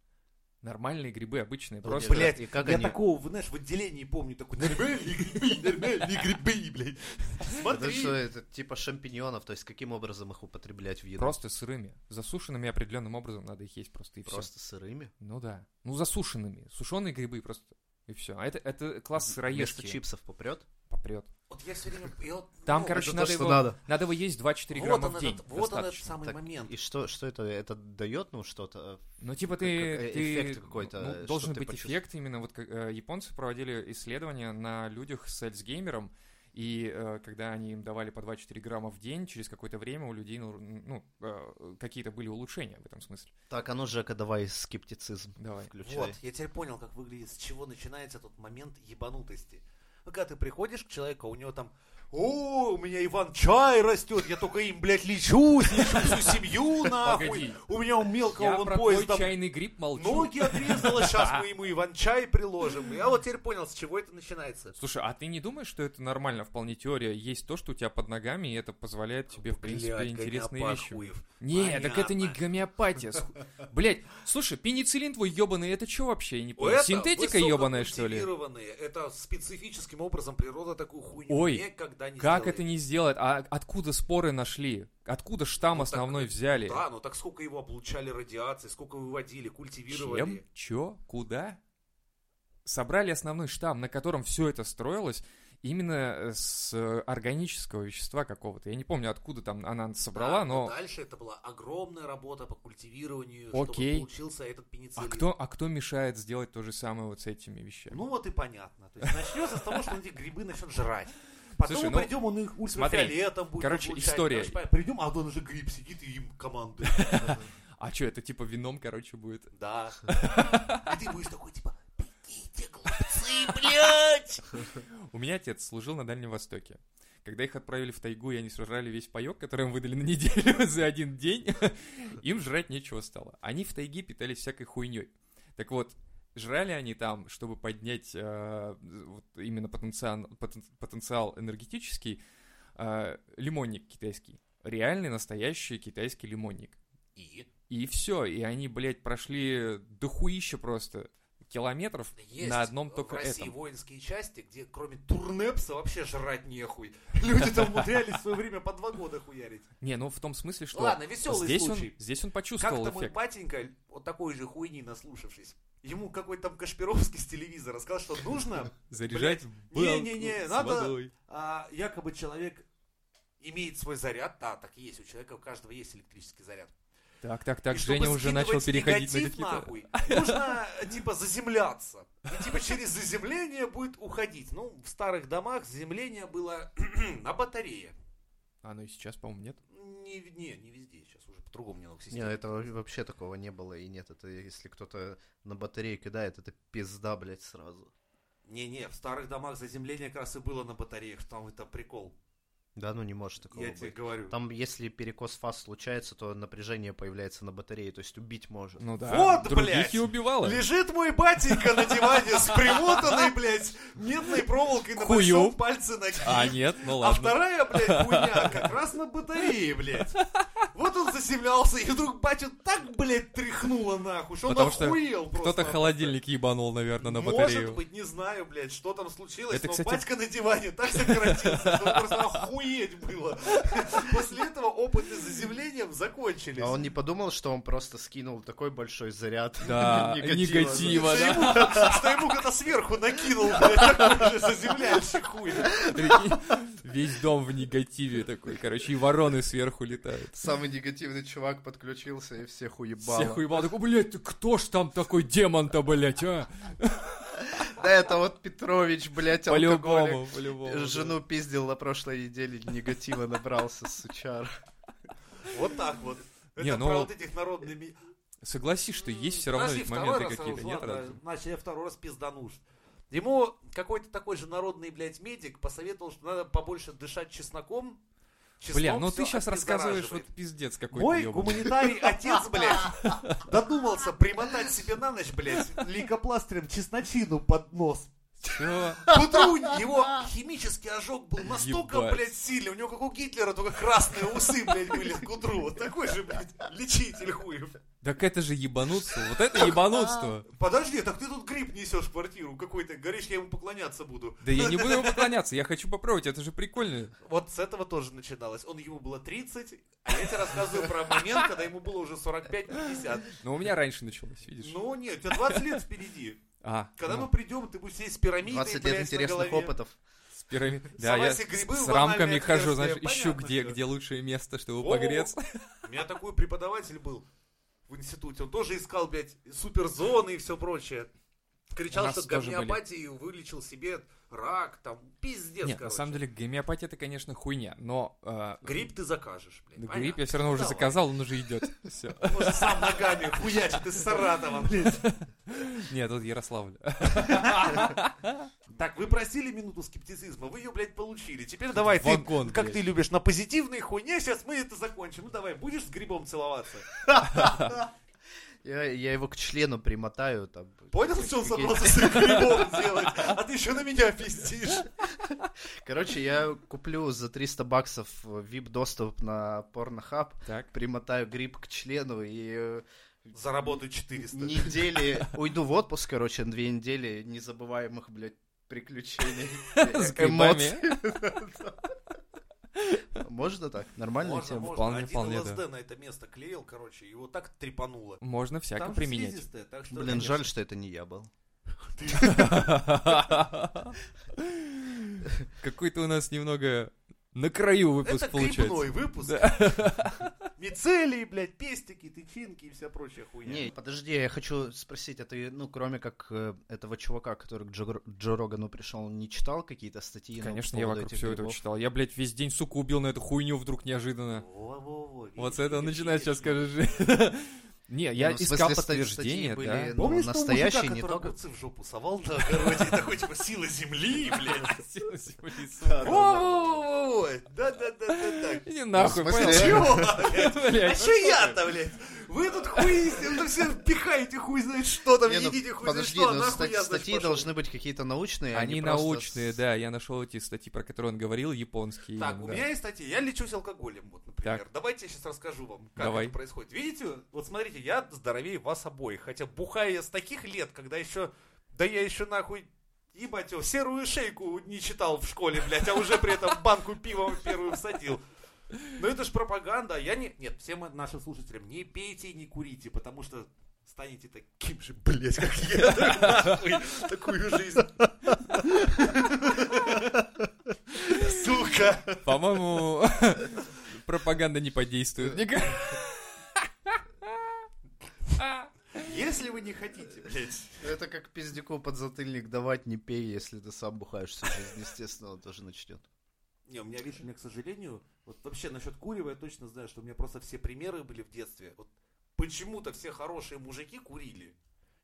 Speaker 3: Нормальные грибы, обычные,
Speaker 1: Вот
Speaker 3: просто...
Speaker 1: я-
Speaker 2: Блять,
Speaker 1: И как
Speaker 2: я
Speaker 1: они-
Speaker 2: такого, вы, знаешь, в отделении помню, такой, нормальные грибы, нормальные грибы, блядь.
Speaker 1: Это
Speaker 2: Смотри.
Speaker 1: что, это типа шампиньонов, то есть каким образом их употреблять в еду?
Speaker 3: Просто сырыми. Засушенными определенным образом надо их есть просто и все.
Speaker 1: Просто сырыми?
Speaker 3: Ну да. Ну засушенными. Сушеные грибы просто. И все. А это, это класс
Speaker 1: Вместо
Speaker 3: сыроежки.
Speaker 1: чипсов попрет?
Speaker 3: Попрет.
Speaker 2: Вот я все время... я вот,
Speaker 3: Там,
Speaker 2: ну,
Speaker 3: короче,
Speaker 1: это то,
Speaker 3: надо,
Speaker 1: что
Speaker 3: его,
Speaker 1: надо.
Speaker 3: надо его есть 2-4
Speaker 2: вот
Speaker 3: грамма
Speaker 2: он
Speaker 3: в день.
Speaker 2: этот- Вот он этот
Speaker 3: достаточно.
Speaker 2: самый
Speaker 1: Так,
Speaker 2: момент.
Speaker 1: И что, что это? Это дает, ну, что-то?
Speaker 3: Ну, типа
Speaker 1: Как-
Speaker 3: ты...
Speaker 1: э-
Speaker 3: ты-
Speaker 1: эффект какой-то, э,
Speaker 3: ну,
Speaker 1: что
Speaker 3: должен
Speaker 1: ты
Speaker 3: быть
Speaker 1: почувствуешь.
Speaker 3: эффект именно. Вот как, э, японцы проводили исследования на людях с Альцгеймером, и э, когда они им давали по 2-4 грамма в день, через какое-то время у людей, ну, ну, э, какие-то были улучшения в этом смысле.
Speaker 1: Так, а ну, Жека, давай скептицизм
Speaker 3: Давай.
Speaker 1: включай.
Speaker 2: Вот, я теперь понял, как выглядит, с чего начинается тот момент ебанутости. Ну, когда ты приходишь к человеку, а у него там, О, у меня Иван чай растет, я только им, блядь, лечусь, лечу всю семью,
Speaker 1: А,
Speaker 2: нахуй.
Speaker 3: Погоди.
Speaker 2: У меня у мелкого
Speaker 3: Я
Speaker 2: вон
Speaker 3: про
Speaker 2: поезд
Speaker 3: твой
Speaker 2: там
Speaker 3: чайный гриб молчу.
Speaker 2: Ноги отрезала, сейчас мы ему Иван чай приложим. Я вот теперь понял, с чего это начинается.
Speaker 3: Слушай, а ты не думаешь, что это нормально, вполне теория? Есть то, что у тебя под ногами, и это позволяет тебе, в принципе,
Speaker 2: Блядь,
Speaker 3: интересные
Speaker 2: гомеопат
Speaker 3: вещи.
Speaker 2: хуев.
Speaker 3: Не, так это
Speaker 2: Понятно.
Speaker 3: не гомеопатия. сху- Блядь, слушай, пенициллин твой ебаный, это что вообще? Я не
Speaker 2: О,
Speaker 3: понял.
Speaker 2: Ну, это
Speaker 3: Синтетика ебаная, что ли?
Speaker 2: высококультивированные. Это специфическим образом природа такую хуйню
Speaker 3: Ой,
Speaker 2: никогда не
Speaker 3: Как
Speaker 2: сделает.
Speaker 3: это не сделать? А откуда споры нашли? Откуда штамм
Speaker 2: Ну, так-
Speaker 3: основной взяли?
Speaker 2: Да, ну так сколько его облучали радиации, сколько выводили, культивировали.
Speaker 3: Чем? Чё? Куда? Собрали основной штамм, на котором все это строилось, именно э, с э, органического вещества какого-то. Я не помню, откуда там она собрала,
Speaker 2: Да,
Speaker 3: но...
Speaker 2: Дальше это была огромная работа по культивированию,
Speaker 3: Окей.
Speaker 2: чтобы получился этот пенициллин.
Speaker 3: А кто, а кто мешает сделать то же самое вот с этими вещами?
Speaker 2: Ну вот и понятно. То есть начнется с того, что он эти грибы начнет жрать. Потом
Speaker 3: Слушай,
Speaker 2: мы
Speaker 3: ну,
Speaker 2: придем, он их ультрафиолетом будет
Speaker 3: короче,
Speaker 2: облучать.
Speaker 3: история.
Speaker 2: Даже понятно, Придем, а он уже гриб сидит и им командует.
Speaker 3: А что, это типа вином, короче, будет?
Speaker 2: Да. И ты будешь такой, типа, бегите, глупцы, блядь!
Speaker 3: У меня отец служил на Дальнем Востоке. Когда их отправили в тайгу, и они сожрали весь паёк, который им выдали на неделю за один день, им жрать нечего стало. Они в тайге питались всякой хуйней. Так вот, жрали они там, чтобы поднять э, вот именно потенциал, потен- потенциал энергетический, э, лимонник китайский. Реальный, настоящий китайский лимонник.
Speaker 2: И
Speaker 3: И все, и они, блядь, прошли дохуище просто километров
Speaker 2: есть
Speaker 3: на одном
Speaker 2: в
Speaker 3: только
Speaker 2: России
Speaker 3: этом.
Speaker 2: воинские части, где кроме турнепса вообще жрать нехуй. Люди там умудрялись в свое время по два года хуярить.
Speaker 3: Не, ну в том смысле, что
Speaker 2: Ладно, веселый
Speaker 3: здесь он,
Speaker 2: случай.
Speaker 3: здесь он почувствовал
Speaker 2: Как-то мой
Speaker 3: эффект.
Speaker 2: батенька, вот такой же хуйни наслушавшись, ему какой-то там Кашпировский с телевизора сказал, что нужно
Speaker 3: Заряжать
Speaker 2: блядь, не-не-не,
Speaker 3: с
Speaker 2: надо-
Speaker 3: водой.
Speaker 2: а, якобы человек имеет свой заряд, да, так и есть, у человека у каждого есть электрический заряд.
Speaker 3: Так, так, так,
Speaker 2: И
Speaker 3: Женя
Speaker 2: чтобы
Speaker 3: уже начал
Speaker 2: скидывать
Speaker 3: переходить на
Speaker 2: негатив,
Speaker 3: какие-то...
Speaker 2: нахуй, нужно, типа, заземляться. И, типа, через заземление будет уходить. Ну, в старых домах заземление было на батарее.
Speaker 3: А, ну и сейчас, по-моему, нет.
Speaker 2: Не, не, не везде, сейчас уже по-другому немного
Speaker 1: Не,
Speaker 3: а
Speaker 2: система.
Speaker 1: этого вообще такого не было и нет. Это если кто-то на батарею кидает, это пизда, блядь, сразу.
Speaker 2: Не-не, в старых домах заземление как раз и было на батареях, что там это прикол.
Speaker 1: Да, ну не может такого
Speaker 2: Я тебе
Speaker 1: быть.
Speaker 2: говорю.
Speaker 1: Там, если перекос фаз случается, то напряжение появляется на батарее, то есть убить может.
Speaker 3: Ну да,
Speaker 2: Вот,
Speaker 3: других
Speaker 2: блядь!
Speaker 3: и убивала.
Speaker 2: Лежит мой батенька на диване с примотанной, блядь, медной проволокой на
Speaker 3: Хую.
Speaker 2: большом пальце ноги.
Speaker 3: А, нет, ну
Speaker 2: А
Speaker 3: ладно.
Speaker 2: вторая, блядь, хуйня как раз на батарее, блядь. Вот он заземлялся, и вдруг батю так, блядь, тряхнуло нахуй, что он
Speaker 3: Потому что
Speaker 2: охуел просто.
Speaker 3: Кто-то холодильник ебанул, наверное, на
Speaker 2: Может
Speaker 3: батарею.
Speaker 2: быть, не знаю, блядь, что там случилось,
Speaker 3: Это,
Speaker 2: но
Speaker 3: кстати-
Speaker 2: батька на диване так сократился, что просто охуеть было. После этого опыты с заземлением закончились.
Speaker 1: А он не подумал, что он просто скинул такой большой заряд
Speaker 3: Да,
Speaker 1: негатива.
Speaker 3: негатива,
Speaker 2: Что
Speaker 3: да.
Speaker 2: ему, что ему кто-то сверху накинул, блядь, такой же заземляющий хуй.
Speaker 3: Прикинь, Весь дом в негативе такой, короче, и вороны сверху летают.
Speaker 1: Самый негативный чувак подключился и всех уебало.
Speaker 3: Всех уебал, такой, блядь, ты кто ж там такой демон-то, блядь, а?
Speaker 1: Да это вот Петрович, блядь, алкоголик.
Speaker 3: По-любому, по-любому. да.
Speaker 1: Жену пиздил на прошлой неделе, негатива набрался, сучар.
Speaker 2: Вот так вот. Это
Speaker 3: Не, ну-
Speaker 2: про вот этих народных... ми-
Speaker 3: Согласись, что есть все равно
Speaker 2: Подожди,
Speaker 3: ведь
Speaker 2: второй
Speaker 3: моменты
Speaker 2: раз,
Speaker 3: какие-то,
Speaker 2: Руслан,
Speaker 3: нет?
Speaker 2: да,
Speaker 3: разве?
Speaker 2: Значит, я второй раз пиздану. Ему какой-то такой же народный, блядь, медик посоветовал, что надо побольше дышать чесноком. Чеснок
Speaker 3: Бля, ну ты
Speaker 2: всё
Speaker 3: сейчас рассказываешь вот
Speaker 2: отпиздараживает.
Speaker 3: пиздец какой-то
Speaker 2: Мой
Speaker 3: ёбаный.
Speaker 2: гуманитарий отец, блядь, додумался примотать себе на ночь, блядь, лейкопластырем чесночину под нос.
Speaker 3: Чё?
Speaker 2: К утру его химический ожог был настолько,
Speaker 3: Ебать.
Speaker 2: блядь, сильный. У него, как у Гитлера, только красные усы, блядь, были к утру. Вот такой же, блядь, лечитель хуев.
Speaker 3: Так это же ебанутство, вот это
Speaker 2: А.
Speaker 3: ебанутство.
Speaker 2: Подожди, так ты тут гриб несешь в квартиру какой-то. Говоришь, я ему поклоняться буду.
Speaker 3: Да я не буду ему поклоняться, я хочу попробовать, это же прикольно.
Speaker 2: Вот с этого тоже начиналось. Он ему было 30, а я тебе рассказываю про момент, когда ему было уже 45-50.
Speaker 3: Но у меня раньше началось, видишь.
Speaker 2: Ну нет, у тебя 20 лет впереди.
Speaker 3: А,
Speaker 2: Когда
Speaker 3: ну,
Speaker 2: мы придем, ты будешь сидеть с пирамидой,
Speaker 1: 20 лет
Speaker 2: блядь, на
Speaker 1: интересных
Speaker 2: голове.
Speaker 1: опытов.
Speaker 3: с пирами- Да, я
Speaker 2: Совать себе грибы
Speaker 3: с
Speaker 2: в
Speaker 3: рамками
Speaker 2: анальное
Speaker 3: хожу,
Speaker 2: отверстие,
Speaker 3: знаешь,
Speaker 2: понятно
Speaker 3: ищу, где
Speaker 2: всё.
Speaker 3: где лучшее место, чтобы
Speaker 2: О,
Speaker 3: погреться.
Speaker 2: У меня такой преподаватель был в институте. Он тоже искал, блядь, суперзоны и все прочее.
Speaker 3: У
Speaker 2: Кричал,
Speaker 3: нас
Speaker 2: что
Speaker 3: тоже были.
Speaker 2: гомеопатию вылечил себе рак, там, пиздец,
Speaker 3: Нет, на
Speaker 2: короче.
Speaker 3: самом деле гомеопатия это, конечно, хуйня, но... э,
Speaker 2: Гриб ты закажешь, блядь.
Speaker 3: да
Speaker 2: Ну, понятно.
Speaker 3: Гриб я все равно уже
Speaker 2: Давай.
Speaker 3: заказал, он уже идет. Все.
Speaker 2: Он уже сам ногами хуячит из Саратова, блядь.
Speaker 3: Нет, тут Ярославль.
Speaker 2: Так, вы просили минуту скептицизма, вы ее, блядь, получили. Теперь давай, ты,
Speaker 3: Вагон,
Speaker 2: как
Speaker 3: блядь.
Speaker 2: ты любишь, на позитивной хуйне, сейчас мы это закончим. Ну давай, будешь с грибом целоваться?
Speaker 1: Я, я его к члену примотаю там.
Speaker 2: Понял, что он собрался с грибом делать? А ты еще на меня пиздишь.
Speaker 1: Короче, я куплю за 300 баксов vip доступ на Pornhub,
Speaker 3: Так.
Speaker 1: примотаю гриб к члену и э,
Speaker 2: Заработаю 400.
Speaker 1: недели... Уйду в отпуск, короче, на две недели незабываемых, блядь, приключений.
Speaker 3: С
Speaker 1: Эмоций.
Speaker 3: грибами.
Speaker 1: Можно так? Нормальная
Speaker 2: Можно,
Speaker 1: тема?
Speaker 2: можно.
Speaker 3: Вполне,
Speaker 2: Один
Speaker 3: вполне,
Speaker 2: ЛСД
Speaker 3: да.
Speaker 2: на это место клеил, короче, его так трепануло.
Speaker 3: Можно всяко
Speaker 2: Там же
Speaker 3: применять.
Speaker 2: слизистая, так что,
Speaker 1: Блин,
Speaker 2: конечно.
Speaker 1: жаль, что это не я был.
Speaker 3: Какой-то у нас немного на краю выпуск
Speaker 2: Это грибной
Speaker 3: получается.
Speaker 2: выпуск. Мицелии, блядь, пестики, тычинки и вся прочая хуйня.
Speaker 1: Не, подожди, я хочу спросить, а ты, ну, кроме как э, этого чувака, который к Джо, Ро- Джо Рогану пришел, не читал какие-то статьи? ну,
Speaker 3: Конечно,
Speaker 1: по
Speaker 3: я
Speaker 1: поводу
Speaker 3: вокруг
Speaker 1: этих
Speaker 3: всего этого
Speaker 1: грибов?
Speaker 3: читал. Я, блядь, весь день, сука, убил на эту хуйню вдруг неожиданно.
Speaker 2: Во-во-во, видишь,
Speaker 3: Вот с этого
Speaker 2: видишь,
Speaker 3: начинать
Speaker 2: видишь.
Speaker 3: сейчас скажешь. Не, я
Speaker 1: Ну, в смысле,
Speaker 3: искал
Speaker 1: ста- статьи
Speaker 3: подтверждение,
Speaker 1: были,
Speaker 3: да.
Speaker 1: ну,
Speaker 2: Помнишь,
Speaker 1: настоящий,
Speaker 2: того мужика,
Speaker 1: не
Speaker 2: который
Speaker 1: только-
Speaker 2: огурцы в жопу совал на огороде? И Такой, типа, сила земли, блядь.
Speaker 3: Сила земли,
Speaker 1: Да,
Speaker 3: сука.
Speaker 1: да,
Speaker 2: Во-во-во-во, да-да-да-да-да.
Speaker 3: Иди
Speaker 1: Ну, в
Speaker 3: нахуй,
Speaker 1: смысле,
Speaker 3: понял?
Speaker 2: Чего, блядь?
Speaker 3: Блядь,
Speaker 2: А
Speaker 3: ну
Speaker 2: что я-то, блядь? Вы тут хуи, ну все пихаете хуй знает что там,
Speaker 1: Не, ну,
Speaker 2: едите хуй знает
Speaker 1: подожди,
Speaker 2: что, а
Speaker 1: ну,
Speaker 2: нахуй
Speaker 1: ста-
Speaker 2: я, значит,
Speaker 1: статьи
Speaker 2: пошёл.
Speaker 1: должны быть какие-то научные, а
Speaker 3: Они
Speaker 1: не просто
Speaker 3: научные,
Speaker 1: с-
Speaker 3: да. Я нашел эти статьи, про которые он говорил, японские.
Speaker 2: Так,
Speaker 3: именно,
Speaker 2: у
Speaker 3: да.
Speaker 2: меня есть статья. Я лечусь алкоголем, вот, например.
Speaker 3: Так.
Speaker 2: Давайте я сейчас расскажу вам, как
Speaker 3: Давай.
Speaker 2: это происходит. Видите, вот смотрите, я здоровее вас обоих. Хотя бухая я с таких лет, когда еще... Да я еще нахуй... Ебать, его, серую шейку не читал в школе, блядь, а уже при этом банку пива первую всадил. Ну это ж пропаганда. Я не... Нет, всем нашим слушателям, не пейте и не курите, потому что станете таким же, блядь, как я. Да нахуй, Такую жизнь. Сука.
Speaker 3: По-моему, пропаганда не подействует. никак.
Speaker 2: Если вы не хотите, блядь.
Speaker 1: Это как пиздяку подзатыльник давать, не пей, если ты сам бухаешь всю жизнь, естественно, он тоже начнет.
Speaker 2: Не, у меня, видишь, у меня, к сожалению, вот вообще насчет курева я точно знаю, что у меня просто все примеры были в детстве. Вот почему-то все хорошие мужики курили.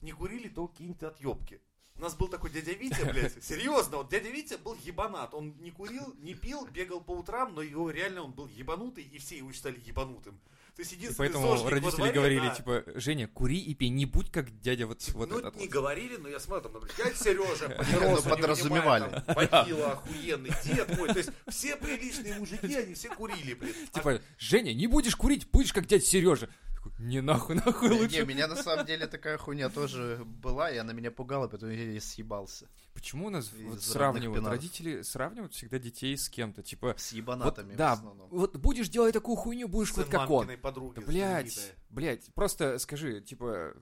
Speaker 2: Не курили, то какие-нибудь отъебки. У нас был такой дядя Витя, блядь, серьезно, вот дядя Витя был ебанат. Он не курил, не пил, бегал по утрам, но его реально он был ебанутый, и все его считали ебанутым. То есть единственный зожник
Speaker 3: Поэтому
Speaker 2: во
Speaker 3: родители
Speaker 2: дворе,
Speaker 3: говорили,
Speaker 2: да.
Speaker 3: типа, Женя, кури и пей, не будь как дядя вот вот
Speaker 2: ну,
Speaker 3: этот.
Speaker 2: не
Speaker 3: вот».
Speaker 2: говорили, но я смотрю, там, например, дядя Сережа,
Speaker 1: Ну, подразумевали.
Speaker 2: Водила охуенный, дед мой. То есть все приличные мужики, они все курили, блин. А
Speaker 3: Типа, Женя, не будешь курить, будешь как дядя Сережа. Такой, Не нахуй, нахуй
Speaker 1: Не,
Speaker 3: лучше.
Speaker 1: меня на самом деле такая хуйня тоже была, и она меня пугала, поэтому я и съебался.
Speaker 3: Почему у нас
Speaker 1: Из
Speaker 3: вот
Speaker 1: родных
Speaker 3: сравнивают?
Speaker 1: пенатов.
Speaker 3: Родители сравнивают всегда детей с кем-то. Типа,
Speaker 1: С
Speaker 3: вот,
Speaker 1: ебанатами в
Speaker 3: да,
Speaker 1: основном.
Speaker 3: вот будешь делать такую хуйню, будешь
Speaker 2: сын
Speaker 3: вот как он.
Speaker 2: мамкиной подруги.
Speaker 3: Да, блядь,
Speaker 2: знаменитая.
Speaker 3: блядь, просто скажи, типа,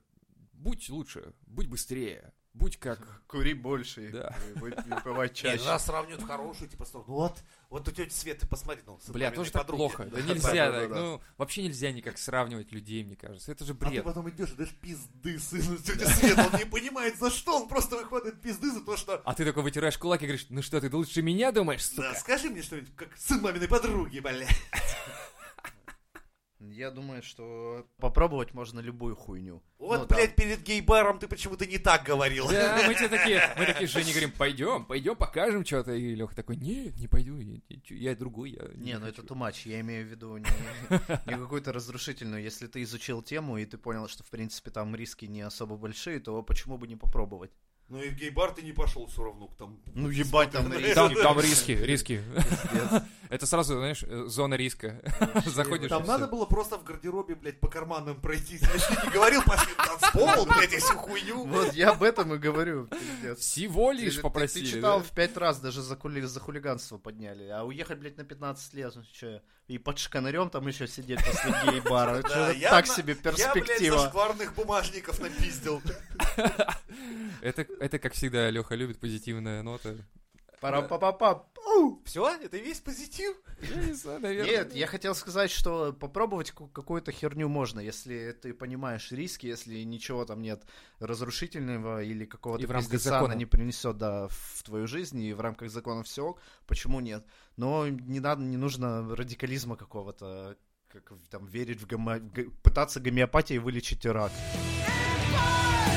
Speaker 3: будь лучше, будь быстрее, будь как...
Speaker 1: Кури больше,
Speaker 3: Да.
Speaker 1: и выпивай
Speaker 2: Не,
Speaker 1: чаще.
Speaker 2: нас сравнивают хорошую, типа, сторону. Ну вот, вот у тети Светы, посмотри, ну, сын
Speaker 3: Бля,
Speaker 2: маминой
Speaker 3: тоже так
Speaker 2: подруги.
Speaker 3: плохо. Да нельзя
Speaker 1: Да-да-да-да.
Speaker 3: так, ну, вообще нельзя никак сравнивать людей, мне кажется. Это же
Speaker 2: А ты
Speaker 3: бред.
Speaker 2: потом идешь и даешь пизды сыну тети Светы. Он не понимает, за что. Он просто выхватывает пизды за то, что...
Speaker 3: А ты такой вытираешь кулак и говоришь, ну что, ты лучше меня думаешь,
Speaker 2: Да,
Speaker 3: сука?
Speaker 2: скажи мне что-нибудь, как сын маминой подруги, блядь.
Speaker 1: Я думаю, что попробовать можно любую хуйню.
Speaker 2: Вот,
Speaker 1: Ну, там,
Speaker 2: блядь, перед гей-баром ты почему-то не так говорил.
Speaker 3: Да, мы тебе такие, мы такие с Женей говорим, пойдем, пойдем, покажем что-то. И Леха такой, не, не пойду, я, я другой, я
Speaker 1: Не, ну это
Speaker 3: хочу».
Speaker 1: тумач, я имею в виду не, не какую-то разрушительную. Если ты изучил тему и ты понял, что в принципе там риски не особо большие, то почему бы не попробовать?
Speaker 2: Ну и в гей-бар ты не пошел все равно к тому.
Speaker 1: Ну ебать, там
Speaker 2: Там-
Speaker 1: риски.
Speaker 3: Там, там риски, риски. Это сразу, знаешь, э, зона риска. Заходишь.
Speaker 2: Там
Speaker 3: и
Speaker 2: надо
Speaker 3: всё.
Speaker 2: было просто в гардеробе, блядь, по карманам пройтись. Я ж не говорил, пошли в танцпол, блядь, и всю хуйню.
Speaker 1: Вот я об этом и говорю, пиздец.
Speaker 3: Всего
Speaker 1: Ты-
Speaker 3: лишь
Speaker 1: ты-
Speaker 3: попросили.
Speaker 1: Ты читал в пять раз, даже за, хули- за хулиганство подняли. А уехать, блядь, на 15 лет, ну чё, и под шканарем там еще сидеть после гей-бара.
Speaker 2: Да,
Speaker 1: Чё,
Speaker 2: я
Speaker 1: Так
Speaker 2: на-
Speaker 1: себе
Speaker 2: Я, блядь,
Speaker 1: перспектива.
Speaker 2: зашкварных бумажников напиздил.
Speaker 3: Это, это, как всегда, Леха любит позитивная нота.
Speaker 1: Пара-па-па-па.
Speaker 2: Все? Это и весь позитив?
Speaker 3: Я не знаю, наверное.
Speaker 1: Нет, я хотел сказать, что попробовать ку- какую-то херню можно, если ты понимаешь риски, если ничего там нет разрушительного или какого-то
Speaker 3: И в рамках
Speaker 1: пиздеца она
Speaker 3: закона.
Speaker 1: не принесет да, в твою жизнь, и в рамках закона все ок, почему нет? Но не, надо, не нужно радикализма какого-то, как в- там верить в гомо... г- пытаться гомеопатией вылечить рак.
Speaker 4: Boy,